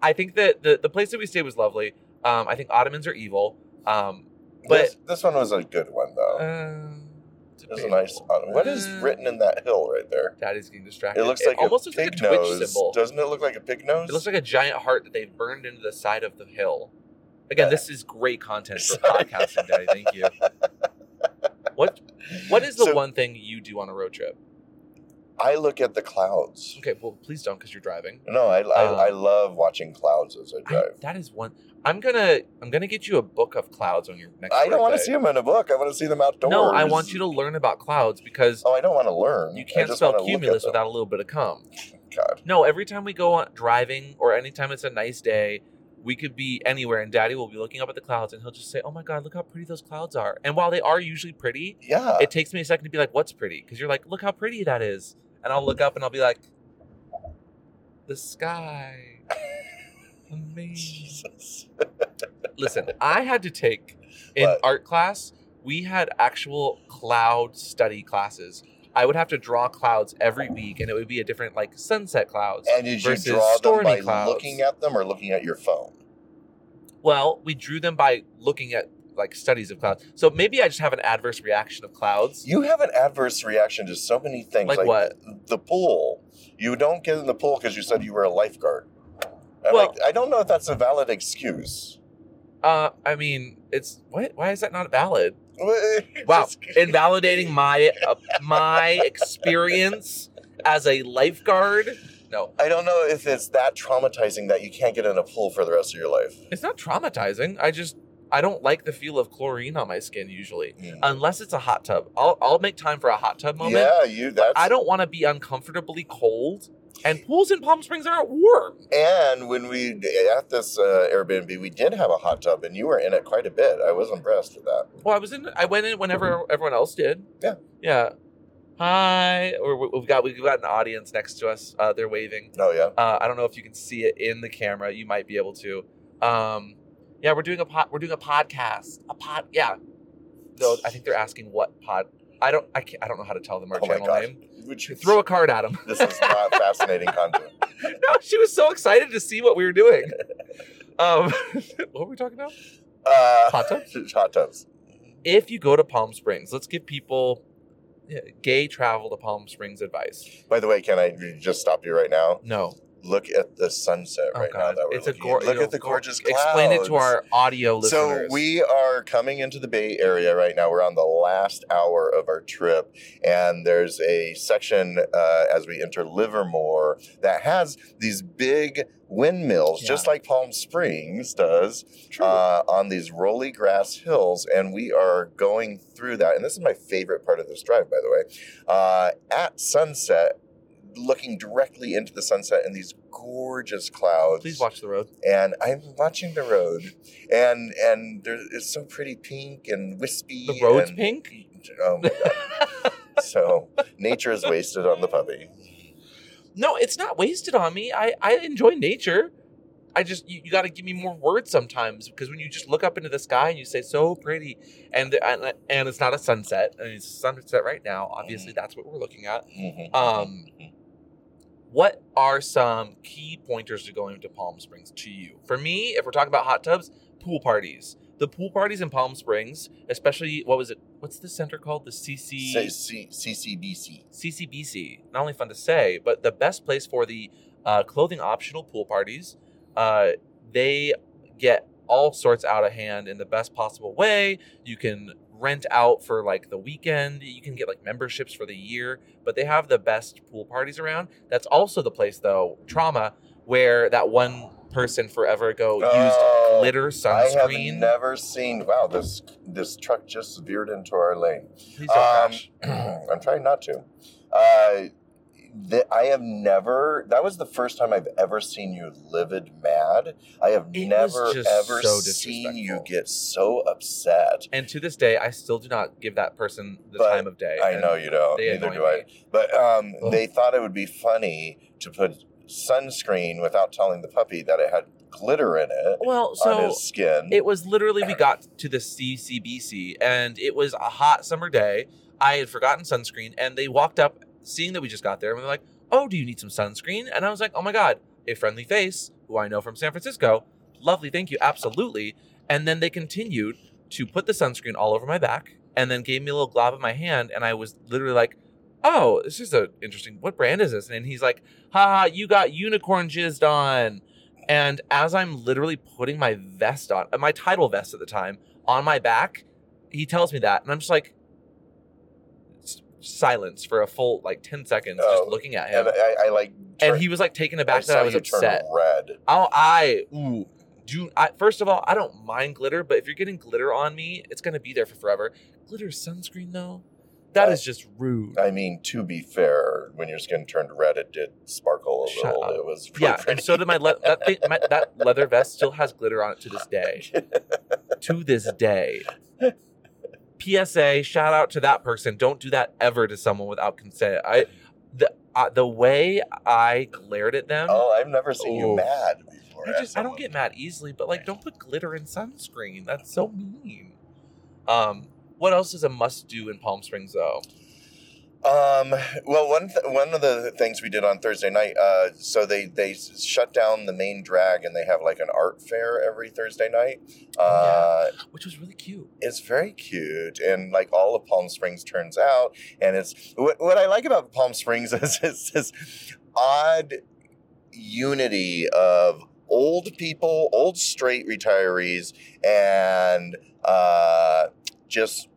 S1: I think that the, the place that we stayed was lovely. Um, I think Ottomans are evil. Um, But-
S2: this, this one was a good one though.
S1: um, it's
S2: it was Uh, a nice Ottoman. What is
S1: Uh,
S2: written in that hill right there?
S1: Daddy's getting distracted.
S2: It looks like
S1: almost
S2: a
S1: looks like
S2: pig
S1: a Twitch
S2: nose.
S1: symbol.
S2: Doesn't it look like a pig nose?
S1: It looks like a giant heart that they've burned into the side of the hill. Again, this is great content for
S2: Sorry.
S1: podcasting, Daddy. Thank you. What What is the
S2: So-
S1: one thing you do on a road trip?
S2: I look at the clouds.
S1: Okay, well, please don't, because you're driving.
S2: No, I, I,
S1: Um,
S2: I love watching clouds as I
S1: I,
S2: drive.
S1: that is one. I'm gonna I'm gonna get you a book of clouds on your next.
S2: I, don't want to
S1: birthday.
S2: see them in a book. I want to see them outdoors.
S1: No, I want you to learn about clouds because
S2: Oh, I don't want to learn.
S1: You
S2: I
S1: can't
S2: just
S1: spell
S2: wanna look at
S1: cumulus
S2: them.
S1: without a little bit of cum.
S2: God.
S1: No, every time we go on driving or anytime it's a nice day, we could be anywhere and daddy will be looking up at the clouds and he'll just say, Oh my God, look how pretty those clouds are. And while they are usually pretty,
S2: Yeah.
S1: it takes me a second to be like, What's pretty? Because you're like, Look how pretty that is. And I'll look up and I'll be like, The sky. Amazing
S2: Jesus.
S1: listen, I had to take in
S2: What?
S1: art class, we had actual cloud study classes. I would have to draw clouds every week and it would be a different like sunset clouds.
S2: And did you
S1: Versus
S2: draw them
S1: stormy
S2: by
S1: clouds.
S2: looking at them or looking at your phone?
S1: Well, we drew them by looking at like studies of clouds. So maybe I just have an adverse reaction of clouds.
S2: You have an adverse reaction to so many things.
S1: Like what?
S2: The pool. You don't get in the pool because you said you were a lifeguard. I'm
S1: Well-
S2: like, I don't know if that's a valid excuse.
S1: Uh I mean, it's what why is that not valid? Wow.
S2: wow.
S1: Invalidating my uh, my experience as a lifeguard? No.
S2: I don't know if it's that traumatizing that you can't get in a pool for the rest of your life.
S1: It's not traumatizing. I just I don't like the feel of chlorine on my skin usually.
S2: Mm.
S1: unless it's a hot tub. I'll I'll make time for a hot tub moment.
S2: yeah, you. That's
S1: I don't want to be uncomfortably cold. And pools in Palm Springs aren't warm.
S2: And when we at this uh, Airbnb, we did have a hot tub, and you were in it quite a bit. I was impressed with that.
S1: Well, I was in. I went in whenever everyone else did.
S2: Yeah.
S1: Yeah. Hi. Or we- we've got we've got an audience next to us. Uh, they're waving.
S2: Oh yeah,
S1: Uh, I don't know if you can see it in the camera. You might be able to. Um, yeah, we're doing a pod. We're doing a podcast. A pod. Yeah. Though I think they're asking what pod. I don't. I, can't, I don't know how to tell them our
S2: Oh my
S1: channel
S2: gosh.
S1: name.
S2: Would you
S1: Throw a card at them.
S2: This is not fascinating content.
S1: no, she was so excited to see what we were doing. Um, what were we talking about?
S2: Uh,
S1: Hot tubs?
S2: Hot tubs.
S1: If you go to Palm Springs, let's give people yeah, gay travel to Palm Springs advice.
S2: By the way, can I just stop you right now?
S1: No,
S2: Look at the sunset
S1: oh
S2: right now
S1: god,
S2: that we're
S1: it's a
S2: looking
S1: gor-
S2: at. Look
S1: you know,
S2: at the
S1: gor-
S2: gorgeous clouds.
S1: Explain it to our audio
S2: So
S1: listeners.
S2: we are coming into the Bay Area right now. We're on the last hour of our trip, and there's a section uh, as we enter Livermore that has these big windmills, just like Palm Springs does,
S1: True.
S2: uh, on these rolly grass hills, and we are going through that. And this is my favorite part of this drive, by the way. Uh, at sunset. Looking directly into the sunset and these gorgeous clouds
S1: Please watch the road.
S2: and I'm watching the road, and and there, it's so pretty pink and wispy.
S1: The road's
S2: and-
S1: pink.
S2: Oh my god! so nature is wasted on the puppy.
S1: No, it's not wasted on me. I I enjoy nature. I just you, you got to give me more words sometimes because when you just look up into the sky and you say so pretty and and, and it's not a sunset and it's sunset right now.
S2: Mm-hmm.
S1: Obviously, that's what we're looking at.
S2: Mhm.
S1: Um, What are some key pointers to going to Palm Springs to you? For me, if we're talking about hot tubs, pool parties. The pool parties in Palm Springs, especially what was it? What's the center called? The CC
S2: Say C- CCBC.
S1: CCBC. Not only fun to say, but the best place for the uh, clothing optional pool parties. Uh, they get all sorts out of hand in the best possible way. You can rent out for like the weekend. You can get like memberships for the year, but they have the best pool parties around. That's also the place though, trauma, where that one person forever ago
S2: Oh,
S1: used glitter
S2: I have
S1: sunscreen.
S2: never seen. Wow, this this truck just veered into our lane.
S1: Please don't
S2: Um,
S1: crash.
S2: I'm trying not to. Uh, th- I have never. That was the first time I've ever seen you livid mad. I have
S1: It was
S2: never
S1: just
S2: ever
S1: so
S2: seen you
S1: disrespectful.
S2: get so upset.
S1: And to this day, I still do not give that person the
S2: But
S1: time of day.
S2: I
S1: and
S2: know you don't.
S1: they
S2: Neither
S1: annoy
S2: do I. But um,
S1: Ugh.
S2: they thought it would be funny to put sunscreen without telling the puppy that it had glitter in it
S1: Well, so
S2: on his skin.
S1: It was literally we got to the CCBC and it was a hot summer day. I had forgotten sunscreen and they walked up seeing that we just got there and they're like, "Oh, do you need some sunscreen?" And I was like, "Oh my god, a friendly face who I know from San Francisco. Lovely, thank you, absolutely." And then they continued to put the sunscreen all over my back and then gave me a little glob of my hand and I was literally like, "Oh, this is a interesting. What brand is this?" And he's like, "Ha, ha, you got unicorn jizzed on." And as I'm literally putting my vest on, my title vest at the time, on my back, he tells me that. And I'm just like, s- silence for a full like 10 seconds,
S2: Oh,
S1: just looking at him.
S2: and
S1: And,
S2: I, I like. turn-
S1: he was like taken
S2: I
S1: aback that
S2: saw
S1: I was
S2: you turn
S1: upset.
S2: red.
S1: Oh, I, ooh, do, I, first of all, I don't mind glitter, but if you're getting glitter on me, it's going to be there for forever. Glitter sunscreen, though, That is just rude.
S2: I mean, to be fair, when your skin turned red, it did sparkle a
S1: Shut
S2: little.
S1: up.
S2: It was really
S1: yeah, and
S2: pretty.
S1: so did my, le- that thing, my that leather vest still has glitter on it to this day. to this day. PSA, shout out to that person. Don't do that ever to someone without consent. I the uh, the way I glared at them.
S2: Oh, I've never seen
S1: Ooh.
S2: you mad before.
S1: I
S2: at
S1: just I don't
S2: someone.
S1: get mad easily, but like don't put glitter in sunscreen. That's so mean. Um, what else is a must do in Palm Springs though?
S2: Um, well, one th- one of the things we did on Thursday night, uh, so they they s- shut down the main drag and they have like an art fair every Thursday night.
S1: Oh,
S2: Uh,
S1: Which was really cute.
S2: It's very cute, and like all of Palm Springs turns out, and it's what what I like about Palm Springs is it's this odd unity of old people, old straight retirees, and uh, just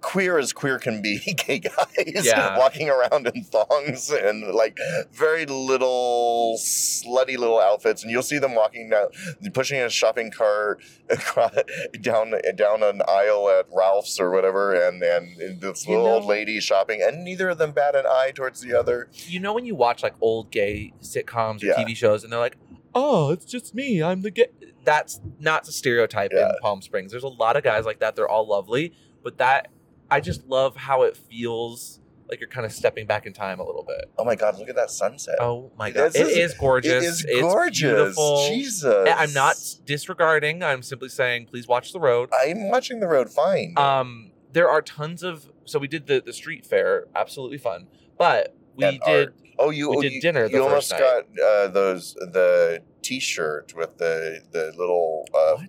S2: queer as queer can be gay guys
S1: Yeah.
S2: walking around in thongs and like very little slutty little outfits and you'll see them walking down pushing a shopping cart across, down down an aisle at Ralph's or whatever and and this
S1: You
S2: little old
S1: know-
S2: lady shopping and neither of them bat an eye towards the other
S1: You know when you watch like old gay sitcoms or
S2: Yeah.
S1: TV shows and they're like, "Oh, it's just me. I'm the gay." That's not a stereotype
S2: Yeah.
S1: in Palm Springs. There's a lot of guys like that. They're all lovely, but that I just love how it feels like you're kind of stepping back in time a little bit.
S2: oh my god look at that sunset
S1: Oh my god,
S2: This
S1: it
S2: is-
S1: is gorgeous.
S2: it is
S1: It's
S2: gorgeous
S1: beautiful.
S2: jesus
S1: I- I'm not disregarding. I'm simply saying, please watch the road.
S2: i'm watching the road fine
S1: Um, there are tons of. So we did the the street fair, absolutely fun. But we
S2: And
S1: did.
S2: art. Oh, you
S1: We
S2: oh,
S1: did
S2: you,
S1: dinner the
S2: You almost
S1: first
S2: got
S1: night.
S2: uh, those the T-shirt with the the little uh,
S1: What?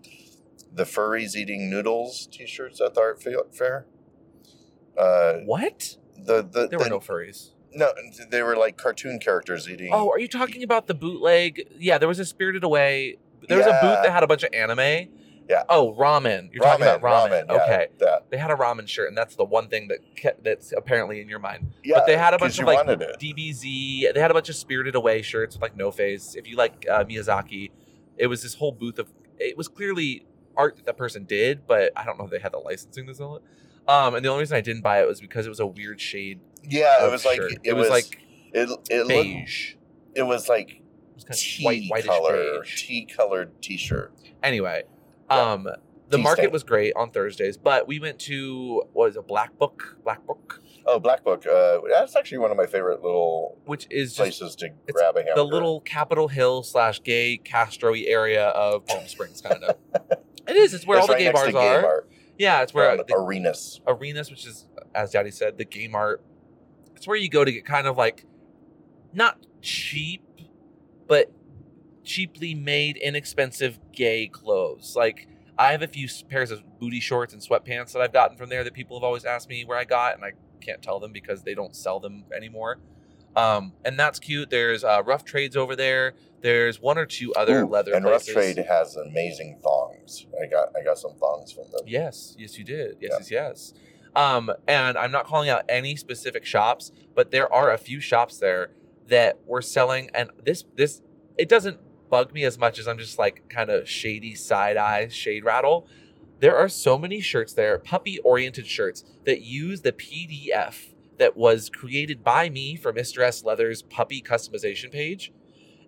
S2: the furries eating noodles T-shirts at the art fa- fair. Uh,
S1: What?
S2: the the,
S1: There were
S2: the-
S1: no furries.
S2: no, they were like cartoon characters eating.
S1: Oh, are you talking about the bootleg? Yeah, there was a Spirited Away. There was a
S2: Yeah.
S1: booth that had a bunch of anime.
S2: Yeah.
S1: Oh, ramen. You're talking about ramen.
S2: yeah,
S1: Okay.
S2: that.
S1: They had a ramen shirt, and that's the one thing that kept, that's apparently in your mind.
S2: Yeah,
S1: they had a
S2: 'cause
S1: bunch of,
S2: you
S1: like,
S2: wanted it.
S1: DBZ. They had a bunch of Spirited Away shirts with like no face. If you like uh, Miyazaki, it was this whole booth of. It was clearly art that that person did, but I don't know if they had the licensing to sell it. Um, and the only reason I didn't buy it was because it was a weird shade.
S2: Yeah, it
S1: of
S2: was like
S1: shirt.
S2: it, was,
S1: like
S2: it it looked,
S1: beige.
S2: it was like
S1: It was kind
S2: tea
S1: of white, whitish
S2: color
S1: beige.
S2: tea colored T-shirt.
S1: Anyway,
S2: Yeah.
S1: um, the
S2: Tea
S1: market
S2: stain.
S1: was great on Thursdays, but we went to what is it, Black Book, Black Book,
S2: Oh, Black Book. Uh, that's actually one of my favorite little
S1: which is just
S2: places to grab a hamburger.
S1: the little Capitol Hill slash gay Castro area of Palm Springs, kind of. it is. It's where all the gay bars are. Yeah, it's where
S2: Where
S1: uh, the
S2: um, arenas.
S1: arenas, which is as Daddy said, the game art. It's where you go to get kind of like not cheap, but cheaply made, inexpensive gay clothes. Like I have a few s- pairs of booty shorts and sweatpants that I've gotten from there that people have always asked me where I got, and I can't tell them because they don't sell them anymore. Um, and that's cute. There's uh, Rough Trades over there. There's one or two other
S2: Ooh,
S1: leather
S2: and
S1: places.
S2: Rough Trade has amazing thongs. I got I got some thongs from them.
S1: Yes, yes, you did. Yes,
S2: Yeah.
S1: yes, yes. Um, and I'm not calling out any specific shops, but there are a few shops there that were selling, and this this it doesn't bug me as much as I'm just like kind of shady side eye shade rattle. There are so many shirts there, puppy oriented shirts that use the PDF that was created by me for Mr. S Leather's puppy customization page,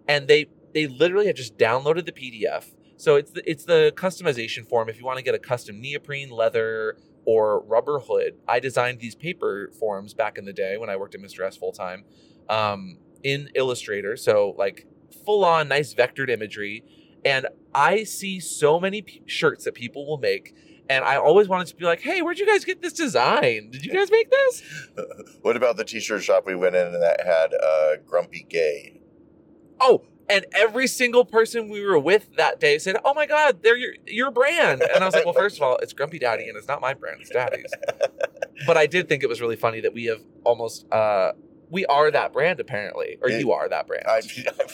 S1: and they they literally had just downloaded the PDF. So it's the, it's the customization form. If you want to get a custom neoprene, leather, or rubber hood, I designed these paper forms back in the day when I worked at Mr. S full time um, in Illustrator. So like full on nice vectored imagery, and I see so many p- shirts that people will make. And I always wanted to be like, hey, where'd you guys get this design? Did you guys make this?
S2: What about the T-shirt shop we went in and that had uh, Grumpy Gay?
S1: Oh, and every single person we were with that day said, "Oh my God, they're your your brand." And I was like, "Well, first of all, it's Grumpy Daddy, and it's not my brand; it's Daddy's." But I did think it was really funny that we have almost uh, we are that brand apparently, or you are that brand
S2: I-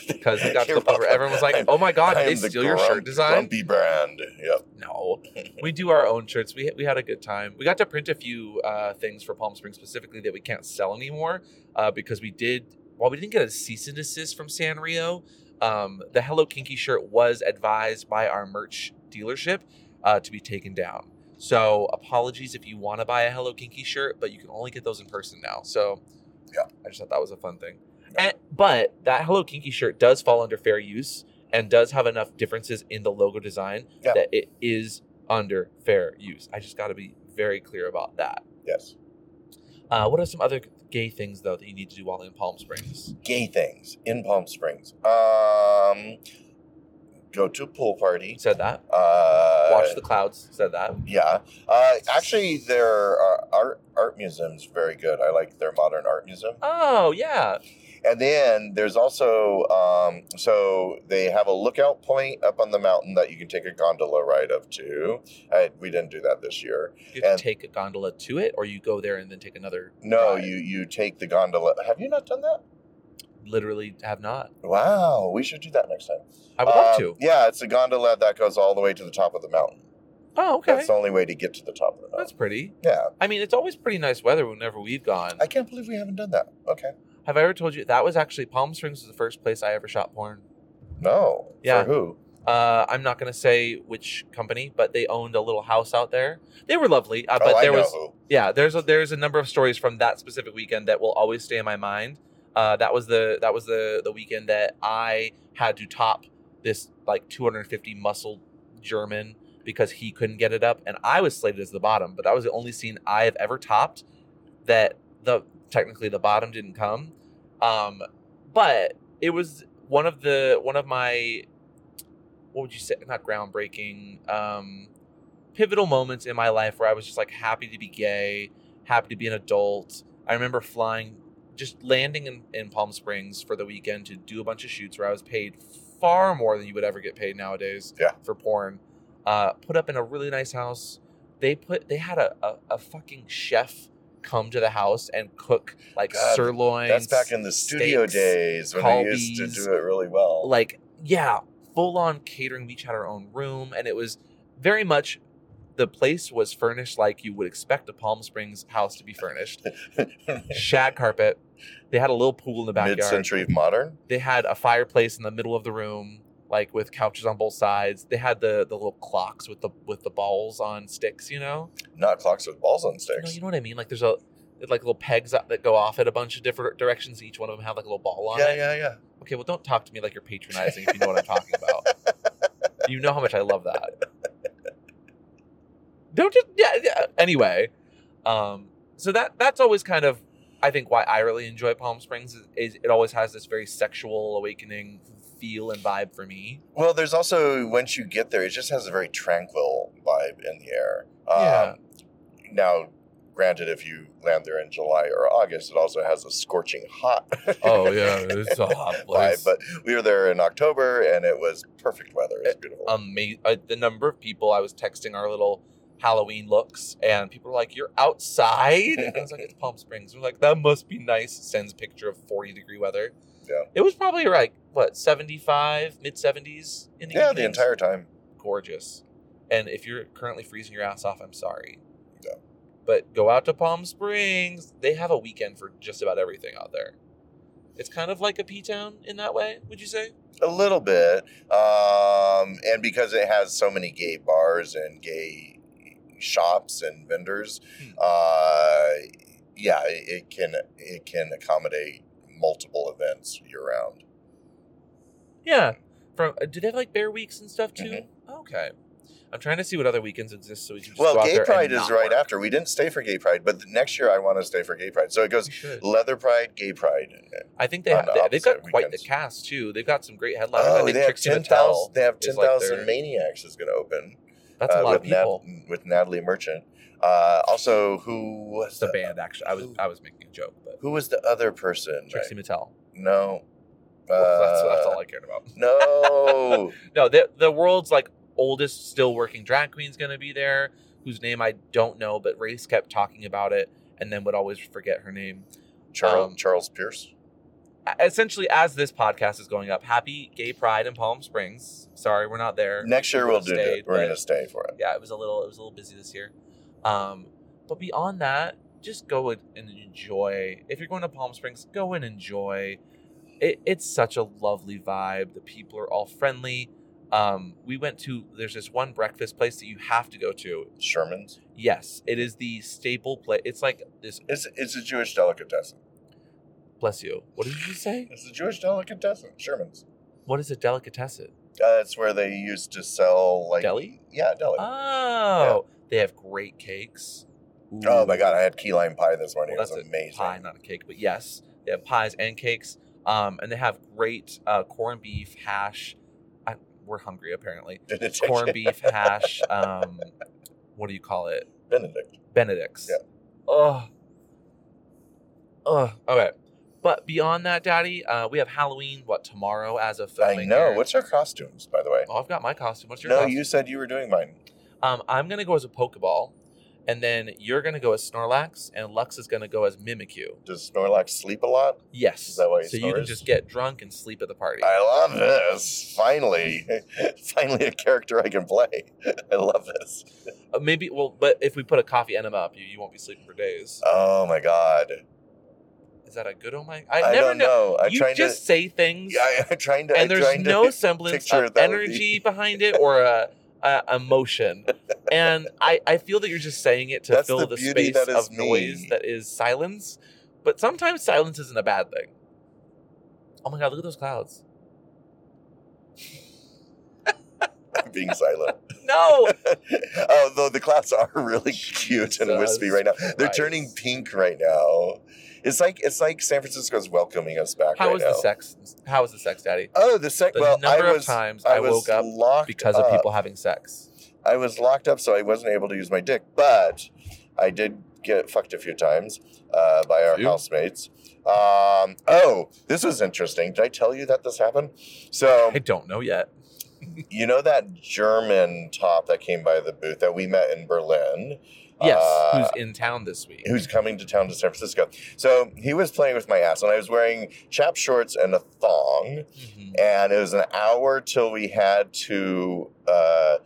S1: because we got to the point where everyone was like, "Oh my God,
S2: I
S1: did
S2: am
S1: they
S2: the
S1: steal your shirt
S2: grump-
S1: design?"
S2: Grumpy brand. Yep.
S1: No, we do our own shirts. We we had a good time. We got to print a few uh, things for Palm Springs specifically that we can't sell anymore uh, because we did. While we didn't get a cease and desist from Sanrio, um, the Hello Kinky shirt was advised by our merch dealership uh, to be taken down. So apologies if you want to buy a Hello Kinky shirt, but you can only get those in person now. So
S2: Yeah.
S1: I just thought that was a fun thing. And, but that Hello Kinky shirt does fall under fair use and does have enough differences in the logo design
S2: Yeah.
S1: that it is under fair use. I just got to be very clear about that.
S2: Yes.
S1: Uh, what are some other gay things though that you need to do while in Palm Springs?
S2: Gay things in Palm Springs. Um, go to a pool
S1: You
S2: party.
S1: said that.
S2: Uh,
S1: Watch the clouds. Said that.
S2: Yeah. Uh, actually, their uh, art art museum's very good. I like their modern art museum.
S1: Oh yeah.
S2: And then there's also um, so they have a lookout point up on the mountain that you can take a gondola ride up to. I, we didn't do that this year.
S1: You have
S2: And-
S1: to take a gondola to it, or you go there and then take another.
S2: No,
S1: ride.
S2: you you take the gondola. Have you not done that?
S1: literally have not.
S2: Wow, we should do that next time.
S1: I would love
S2: Um,
S1: to.
S2: Yeah, it's a gondola that goes all the way to the top of the mountain.
S1: Oh okay.
S2: That's
S1: That's,
S2: the only way to get to the top of the mountain.
S1: pretty.
S2: yeah,
S1: I mean, it's always pretty nice weather whenever we've gone.
S2: I can't believe we haven't done that. Okay,
S1: have I ever told you that was actually Palm Springs was the first place I ever shot porn?
S2: no.
S1: Yeah.
S2: For who?
S1: Uh, I'm not gonna say which company, but they owned a little house out there. They were lovely, uh, but
S2: oh,
S1: there
S2: I know
S1: was
S2: who.
S1: yeah there's a there's a number of stories from that specific weekend that will always stay in my mind uh, that was the that was the the weekend that i had to top this like 250 muscle german because he couldn't get it up and i was slated as the bottom but that was the only scene i have ever topped that the technically the bottom didn't come um but it was one of the one of my what would you say not groundbreaking um pivotal moments in my life where I was just like happy to be gay, happy to be an adult. I remember flying, just landing in, in Palm Springs for the weekend to do a bunch of shoots where I was paid far more than you would ever get paid nowadays
S2: Yeah.
S1: for porn. Uh, put up in a really nice house. They put they had a, a, a fucking chef come to the house and cook like
S2: God,
S1: sirloin.
S2: That's back in the studio
S1: steaks,
S2: days when they used to
S1: Colbys,
S2: do it really well.
S1: like yeah full on catering we each had our own room and it was very much the place was furnished like you would expect a palm springs house to be furnished shag carpet they had a little pool in the backyard
S2: mid-century modern.
S1: they had a fireplace in the middle of the room like with couches on both sides they had the the little clocks with the with the balls on sticks you know
S2: Not clocks with balls on
S1: no,
S2: sticks.
S1: you know what i mean like there's a like little pegs that that go off at a bunch of different directions each one of them have like a little ball on it
S2: yeah, yeah, yeah.
S1: Okay, well, don't talk to me like you're patronizing if you know what I'm talking about. You know how much I love that. Don't just yeah. yeah. Anyway, um, so that that's always kind of I think why I really enjoy Palm Springs is, is it always has this very sexual awakening feel and vibe for me.
S2: Well, there's also once you get there, it just has a very tranquil vibe in the air. Um,
S1: Yeah.
S2: Now, granted, if you land there in July or August, it also has a scorching hot.
S1: Oh, yeah, it's a hot
S2: vibe. But we were there in October, and it was perfect weather. It's beautiful.
S1: amazing. Uh, the number of people I was texting our little Halloween looks, and people were like, "You're outside." And I was like, "It's Palm Springs." We're like, "That must be nice." Sends picture of forty degree weather.
S2: Yeah.
S1: it was probably like what seventy five, mid seventies in the
S2: yeah, the
S1: evenings.
S2: entire time.
S1: gorgeous. And if you're currently freezing your ass off, I'm sorry.
S2: Yeah.
S1: But go out to Palm Springs. They have a weekend for just about everything out there. It's kind of like a P town in that way, would you say?
S2: A little bit, um, and because it has so many gay bars and gay shops and vendors,
S1: Hmm.
S2: uh, yeah, it, it can it can accommodate multiple events year round.
S1: Yeah. From uh, do they have like bear weeks and stuff too?
S2: Mhm.
S1: Okay. I'm trying to see what other weekends exist so we can just go
S2: Well,
S1: out
S2: Gay
S1: there
S2: Pride
S1: and
S2: is
S1: not
S2: right
S1: work.
S2: after. We didn't stay for Gay Pride, but the next year I want to stay for Gay Pride. So it goes
S1: We should.
S2: Leather Pride, Gay Pride.
S1: I think they
S2: on
S1: have,
S2: the
S1: they, they've got
S2: opposite
S1: quite
S2: weekends.
S1: the cast too. They've got some great headliners. I
S2: Oh,
S1: think
S2: they have
S1: Trixie
S2: ten
S1: Mattel
S2: thousand. They have ten
S1: is like
S2: thousand
S1: their-
S2: Maniacs is going to open.
S1: That's a
S2: uh,
S1: lot of
S2: with Nat-
S1: people.
S2: with Natalie Merchant. Uh, also, who was
S1: It's the band actually. I was I was making a joke, but
S2: Who was the other person?
S1: Trixie Mattel.
S2: No.
S1: that's,
S2: Uh,
S1: that's all I cared about.
S2: no.
S1: No, the the world's like oldest still working drag queen's gonna be there, whose name I don't know, but Race kept talking about it and then would always forget her name.
S2: Charles
S1: Um,
S2: Charles Pierce.
S1: essentially as this podcast is going up happy gay pride in palm springs sorry we're not there
S2: Next year
S1: We
S2: we'll
S1: would've
S2: do it.
S1: stayed,
S2: We're
S1: but-
S2: gonna stay for it.
S1: yeah it was a little it was a little busy this year um but beyond that just go and and enjoy if you're going to palm springs go and enjoy it, it's such a lovely vibe the people are all friendly Um, we went to there's this one breakfast place that you have to go to.
S2: Sherman's.
S1: Yes, it is the staple place. It's like this.
S2: It's it's a Jewish delicatessen.
S1: Bless you. What did you say?
S2: It's a Jewish delicatessen. Sherman's.
S1: What is a delicatessen?
S2: Uh, it's where they used to sell like
S1: Deli?
S2: Yeah, deli.
S1: Oh, they have great cakes.
S2: oh
S1: Ooh.
S2: my god, I had key lime pie this morning.
S1: Well,
S2: it was
S1: that's a
S2: amazing.
S1: pie, not a cake, but yes, they have pies and cakes. Um, and they have great uh, corned beef hash. I, we're hungry apparently.
S2: Did it take
S1: Corned
S2: it?
S1: beef hash. Um, what do you call it?
S2: Benedict.
S1: Benedict's.
S2: Yeah.
S1: Oh. Oh. Okay. But beyond that, Daddy, uh, we have Halloween. What tomorrow? As of filming,
S2: I know.
S1: here.
S2: What's our costumes, by the way?
S1: Oh, I've got my costume. What's your
S2: no,
S1: costume?
S2: you said you were doing mine.
S1: Um, I'm gonna go as a Pokeball, and then you're gonna go as Snorlax, and Lux is gonna go as Mimikyu.
S2: Does Snorlax sleep a lot?
S1: Yes.
S2: Is that why he
S1: so you can
S2: snores?
S1: just get drunk and sleep at the party.
S2: I love this. Finally, finally, a character I can play. I love this.
S1: Uh, maybe. Well, but if we put a coffee enema up, you, you won't be sleeping for days.
S2: Oh my god!
S1: Is that a good oh my?
S2: I,
S1: I, never
S2: don't know. I'm
S1: you
S2: trying
S1: just
S2: to.
S1: say things,
S2: Yeah, I, I'm trying to. I'm
S1: and there's
S2: trying to-
S1: no semblance
S2: picture
S1: of
S2: that would be-
S1: energy behind it or a, a emotion. and I, I feel that you're just saying it to
S2: That's
S1: fill
S2: the
S1: the,
S2: beauty
S1: space
S2: that is
S1: of noise
S2: me.
S1: that is silence. But sometimes silence isn't a bad thing. Oh my god! Look at those clouds.
S2: being silent.
S1: No,
S2: Although the clouds are really cute and wispy
S1: Jesus
S2: right now. They're
S1: Christ.
S2: turning pink right now. It's like it's like San Francisco's welcoming us back
S1: How
S2: right
S1: was
S2: now.
S1: the sex? How was the sex, Daddy?
S2: Oh, the sec.
S1: The
S2: well,
S1: number
S2: I was
S1: of times
S2: I,
S1: I,
S2: was
S1: woke up
S2: locked
S1: because of
S2: up.
S1: people having sex.
S2: I was locked up, so I wasn't able to use my dick, but I did get fucked a few times uh, by our
S1: Few?
S2: housemates. Um, oh, this was interesting. Did I tell you that this happened? So
S1: I don't know yet.
S2: you know that German top that came by the booth that we met in Berlin.
S1: Yes,
S2: Uh,
S1: who's in town this week?
S2: who's coming to town to San Francisco. So he was playing with my ass, and I was wearing chap shorts and a thong,
S1: Mhm.
S2: and it was an hour till we had to uh,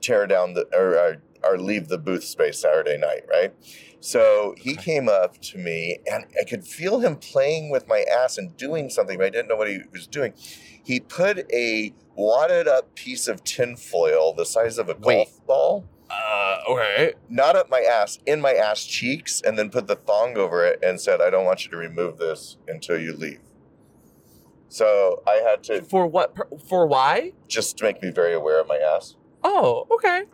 S2: tear down the or, or, or leave the booth space Saturday night, right? So he
S1: Okay.
S2: came up to me, and I could feel him playing with my ass and doing something, but I didn't know what he was doing. He put a wadded up piece of tinfoil the size of a golf
S1: Wait.
S2: ball
S1: Uh, okay.
S2: not up my ass, in my ass cheeks, and then put the thong over it and said, I don't want you to remove this until you leave. So I had to
S1: For what? per- For why?
S2: just make me very aware of my ass.
S1: Oh, okay.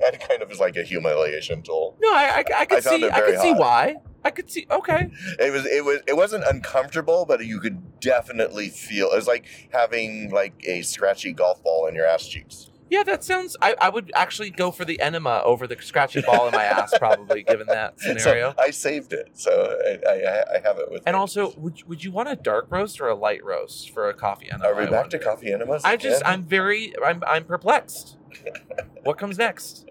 S2: and kind of as like a humiliation tool.
S1: No, I, I, I could
S2: I found
S1: see.
S2: it
S1: I
S2: very
S1: could see
S2: hot.
S1: why. I could see. Okay.
S2: It was it was it wasn't uncomfortable, but you could definitely feel it was like having like a scratchy golf ball in your ass cheeks.
S1: Yeah, that sounds. I, I would actually go for the enema over the scratchy ball in my ass, probably given that scenario.
S2: So I saved it. So I, I, I have it with
S1: and
S2: me.
S1: also, would you- would you want a dark roast or a light roast for a coffee enema?
S2: Are we
S1: I
S2: back to
S1: wonder?
S2: coffee enemas?
S1: I just.
S2: again?
S1: I'm very. I'm. I'm perplexed. what comes next?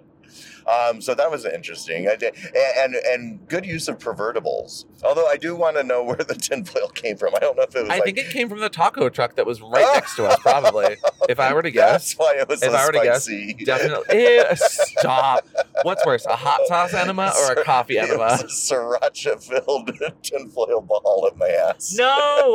S2: Um, so that was interesting. I did, and, and and good use of pervertibles. Although I do want to know where the tinfoil came from. I don't know if it was
S1: I
S2: like
S1: think it came from the taco truck that was right next to us, probably. If I were to guess,
S2: that's why it was
S1: If
S2: so
S1: I were to guess,
S2: spicy.
S1: definitely. Ew, stop. What's worse, a hot sauce enema or a coffee
S2: It was
S1: enema?
S2: a sriracha filled tinfoil ball up my ass.
S1: No.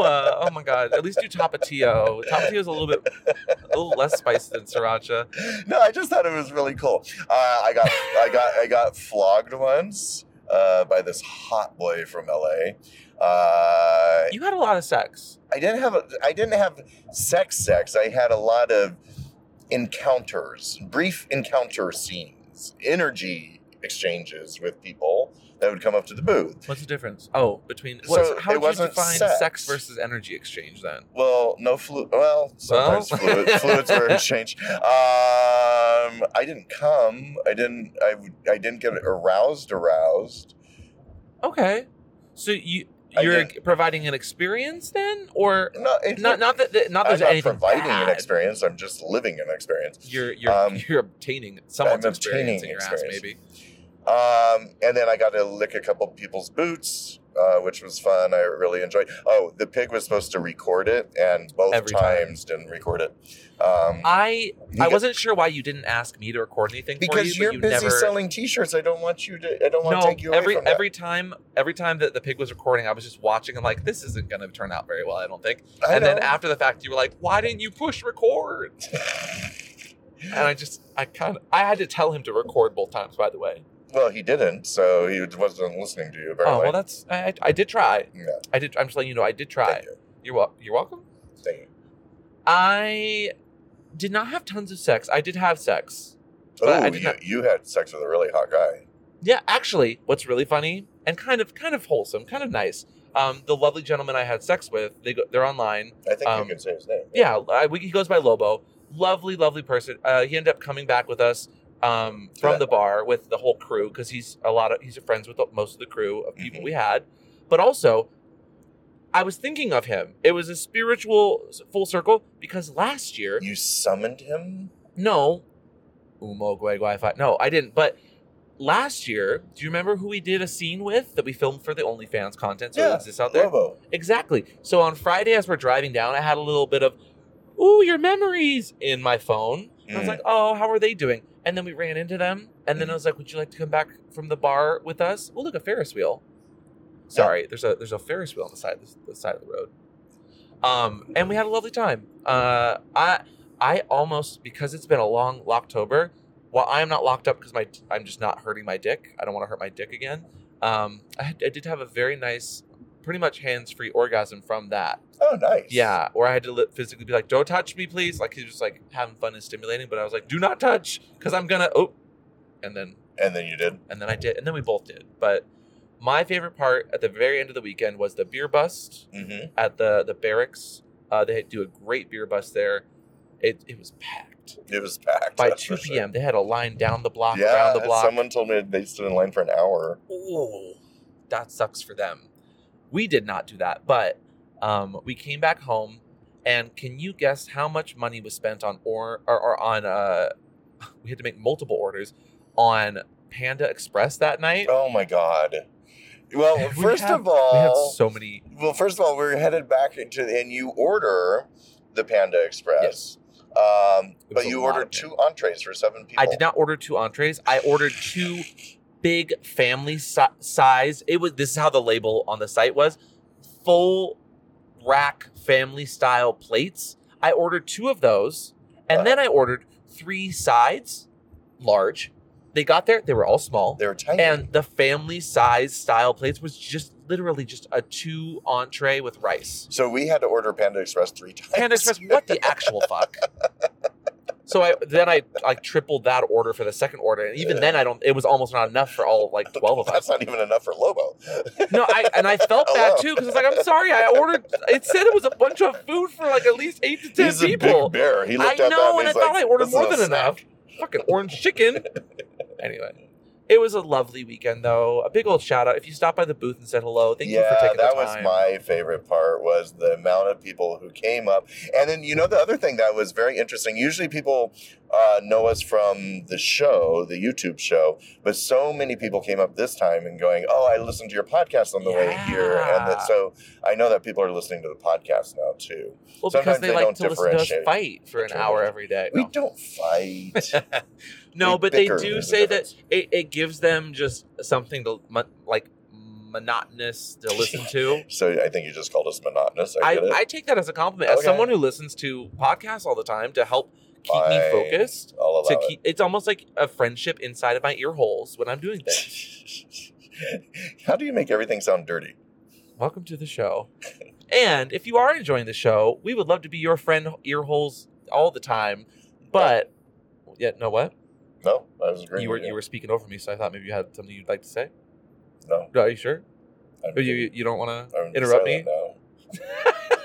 S1: Uh, oh my god. At least do tapatio. Tapatio is a little bit, a little less spicy than sriracha.
S2: No, I just thought it was really cool. Uh, I got I got I got flogged once uh, by this hot boy from LA. Uh,
S1: You had a lot of sex.
S2: I didn't have a, I didn't have sex sex. I had a lot of encounters, brief encounter scenes, energy exchanges with people that would come up to the booth.
S1: What's the difference? Oh, between what,
S2: So
S1: how
S2: it
S1: would you
S2: wasn't
S1: define
S2: sex.
S1: sex versus energy exchange then?
S2: Well, no flu. Well, sometimes
S1: Well?
S2: fluid, fluids were exchanged. Um, I didn't come. I didn't. I, w- I didn't get aroused. Aroused.
S1: Okay. So you
S2: I
S1: you're
S2: didn't-
S1: providing an experience then, or
S2: No, it,
S1: not? Not that that- not
S2: I'm
S1: there's
S2: not
S1: anything
S2: providing an
S1: bad.
S2: experience. I'm just living an experience.
S1: You're you're
S2: Um,
S1: you're obtaining someone's
S2: I'm
S1: experience in
S2: obtaining
S1: your ass,
S2: experience.
S1: maybe.
S2: Um, and then I got to lick a couple people's boots. uh, which was fun. I really enjoyed. Oh, the pig was supposed to record it, and both
S1: Every time.
S2: times didn't record it. Um,
S1: I
S2: he
S1: I
S2: got-
S1: wasn't sure why you didn't ask me to record anything for
S2: because
S1: you,
S2: you, are
S1: but you
S2: busy
S1: never.
S2: selling T-shirts. I don't want you to. I don't want
S1: no,
S2: to take you away
S1: every
S2: from that.
S1: every time every time that the pig was recording, I was just watching and like, this isn't going to turn out very well. I don't think.
S2: I
S1: and then
S2: know.
S1: after the fact, you were like, why didn't you push record? and I just I kind of I had to tell him to record both times. By the way.
S2: well, he didn't, so he wasn't listening to you.
S1: Oh
S2: Apparently.
S1: well, that's I, I- I did try.
S2: yeah.
S1: I did. I'm just letting you know I did try.
S2: Thank you.
S1: You're wel- you're welcome.
S2: Thank you.
S1: I did not have tons of sex. I did have sex. But I
S2: Ooh,
S1: did
S2: you,
S1: not-
S2: you had sex with a really hot guy.
S1: Yeah, actually, what's really funny and kind of kind of wholesome, kind of nice. Um, the lovely gentleman I had sex with, they go, they're online.
S2: I think
S1: Um,
S2: you can say his name.
S1: Yeah, I, we, he goes by Lobo. Lovely, lovely person. Uh, he ended up coming back with us um, from
S2: Yeah.
S1: the bar with the whole crew because he's a lot of he's friends with the, most of the crew of people
S2: Mhm.
S1: we had. But also, I was thinking of him. It was a spiritual s- full circle because last year
S2: You summoned him.
S1: No. Umo Guai Fi. No, I didn't. But last year, do you remember who we did a scene with that we filmed for the OnlyFans content? So
S2: Yeah, Oh,
S1: it exists out there.
S2: Lobo.
S1: Exactly. So on Friday, as we're driving down, I had a little bit of, ooh, your memories in my phone. I was
S2: Mm.
S1: like, oh, how are they doing? And then we ran into them. And then I was like, would you like to come back from the bar with us? Oh, look, a Ferris wheel. Sorry, there's a there's a Ferris wheel on the side the side of the road. Um, and we had a lovely time. Uh, I I almost because it's been a long Locktober. While I am not locked up because my I'm just not hurting my dick. I don't want to hurt my dick again. Um, I, had- I did have a very nice, pretty much hands free orgasm from that.
S2: Oh, nice.
S1: Yeah, or I had to li- physically be like, "Don't touch me, please." Like he was just like having fun and stimulating, but I was like, "Do not touch," because I'm gonna. Oh, and then
S2: And then you did.
S1: and then I did, and then we both did. But my favorite part at the very end of the weekend was the beer bust
S2: Mm-hmm.
S1: at the the barracks. Uh, they do a great beer bust there. It it was packed
S2: It was packed
S1: by
S2: that's
S1: two
S2: for sure.
S1: p.m. They had a line down the block,
S2: Yeah,
S1: around the block.
S2: someone told me they stood in line for an hour.
S1: oh, that sucks for them. We did not do that, but um, we came back home, and can you guess how much money was spent on or or, or on? Uh, we had to make multiple orders on Panda Express that night.
S2: Oh my god. Well,
S1: We
S2: first
S1: had-
S2: of all,
S1: we had so many.
S2: well, first of all, we're headed back into and you order the Panda Express. Um,
S1: It was
S2: but
S1: a
S2: you
S1: lot
S2: ordered
S1: of it.
S2: two entrees for seven people.
S1: I did not order two entrees. I ordered two big family si- size. It was this is how the label on the site was full rack family style plates. I ordered two of those, and then I ordered three sides, large. They got there; they were all small,
S2: They were tiny.
S1: and the family size style plates was just literally just a two entree with rice.
S2: so we had to order Panda Express three times.
S1: Panda Express, what the actual fuck? So I then I like tripled that order for the second order, and even then I don't. It was almost not enough for all like twelve of us.
S2: That's not even enough for Lobo.
S1: No, I and I felt bad
S2: Hello.
S1: too because it's like I'm sorry I ordered. It said it was a bunch of food for like at least eight to ten
S2: He's a
S1: people.
S2: big bear. He
S1: I
S2: looked up at
S1: know,
S2: me.
S1: and I
S2: he's
S1: thought
S2: like,
S1: I ordered
S2: "This
S1: more
S2: is a
S1: than
S2: snack."
S1: enough. Fucking orange chicken. anyway, it was a lovely weekend though. A big old shout out if you stopped by the booth and said hello. Thank you for taking
S2: that
S1: the time.
S2: was my favorite part was the amount of people who came up and then you know the other thing that was very interesting usually people uh, know us from the show the youtube show but so many people came up this time and going oh i listened to your podcast on the way here and
S1: Yeah.
S2: that, so i know that people are listening to the podcast now too
S1: well, because
S2: sometimes
S1: they,
S2: they
S1: like
S2: don't
S1: to listen to us
S2: differentiate
S1: fight for an
S2: between
S1: hour
S2: us.
S1: every day.
S2: we
S1: No.
S2: don't fight
S1: no,
S2: We
S1: but they
S2: bicker.
S1: do
S2: There's a
S1: say that
S2: difference.
S1: it, it gives them just something to mon- like monotonous to listen to.
S2: so i think you just called us monotonous i,
S1: I,
S2: get it
S1: I take that as a compliment. As
S2: Okay.
S1: someone who listens to podcasts all the time to help keep me
S2: Fine.
S1: focused,
S2: all
S1: to
S2: about
S1: keep it's almost like a friendship inside of my ear holes when I'm doing things.
S2: it how do you make everything sound dirty
S1: Welcome to the show. And if you are enjoying the show, we would love to be your friend ear holes all the time. But yeah, no what?
S2: no i was agreeing
S1: You were
S2: with
S1: you were speaking over me, so I thought maybe you had something you'd like to say.
S2: no
S1: Are you sure?
S2: I'm
S1: Oh, You,
S2: kidding.
S1: you you don't want to
S2: I'm
S1: interrupt me?
S2: silent now.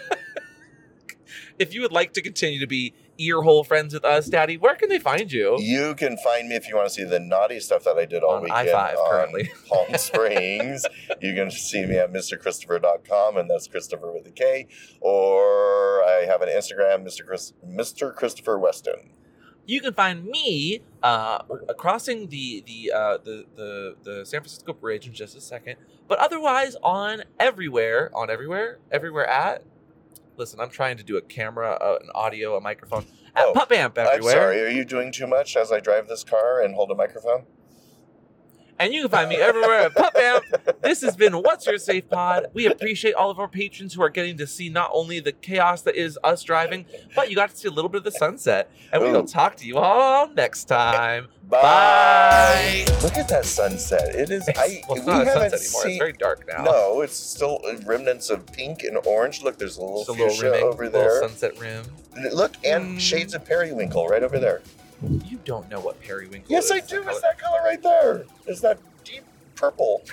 S1: If you would like to continue to be earhole friends with us, Daddy, where can they find you?
S2: You can find me if you want to see the naughty stuff that I did all
S1: Oh. On
S2: weekend
S1: I-5
S2: on
S1: currently.
S2: Palm Springs. you can see me at MrChristopher.com, and that's Christopher with a K. Or I have an Instagram, Mr. Chris, Mr. Christopher Weston.
S1: You can find me uh, crossing the the, uh, the the the San Francisco Bridge in just a second, but otherwise on everywhere, on everywhere, everywhere at. Listen, I'm trying to do a camera, uh, an audio, a microphone at
S2: Oh,
S1: Pup Amp everywhere,
S2: I'm sorry. Are you doing too much as I drive this car and hold a microphone?
S1: and you can find me everywhere at Pup Amp. This has been What's Your Safe Pod. We appreciate all of our patrons who are getting to see not only the chaos that is us driving, but you got to see a little bit of the sunset. And we will
S2: Ooh.
S1: talk to you all next time.
S2: Bye.
S1: Bye.
S2: Look at that sunset. It is. I,
S1: well, it's
S2: we
S1: not a
S2: haven't
S1: sunset anymore.
S2: seen.
S1: It's very dark now.
S2: no, it's still uh, remnants of pink and orange. Look, there's a little
S1: Just a little
S2: fuchsia
S1: rim,
S2: over
S1: little
S2: there.
S1: sunset rim.
S2: Look, and
S1: Mm.
S2: shades of periwinkle right over there.
S1: You don't know what periwinkle
S2: Yes,
S1: is.
S2: I do.
S1: color.
S2: It's that color right there. It's that deep purple.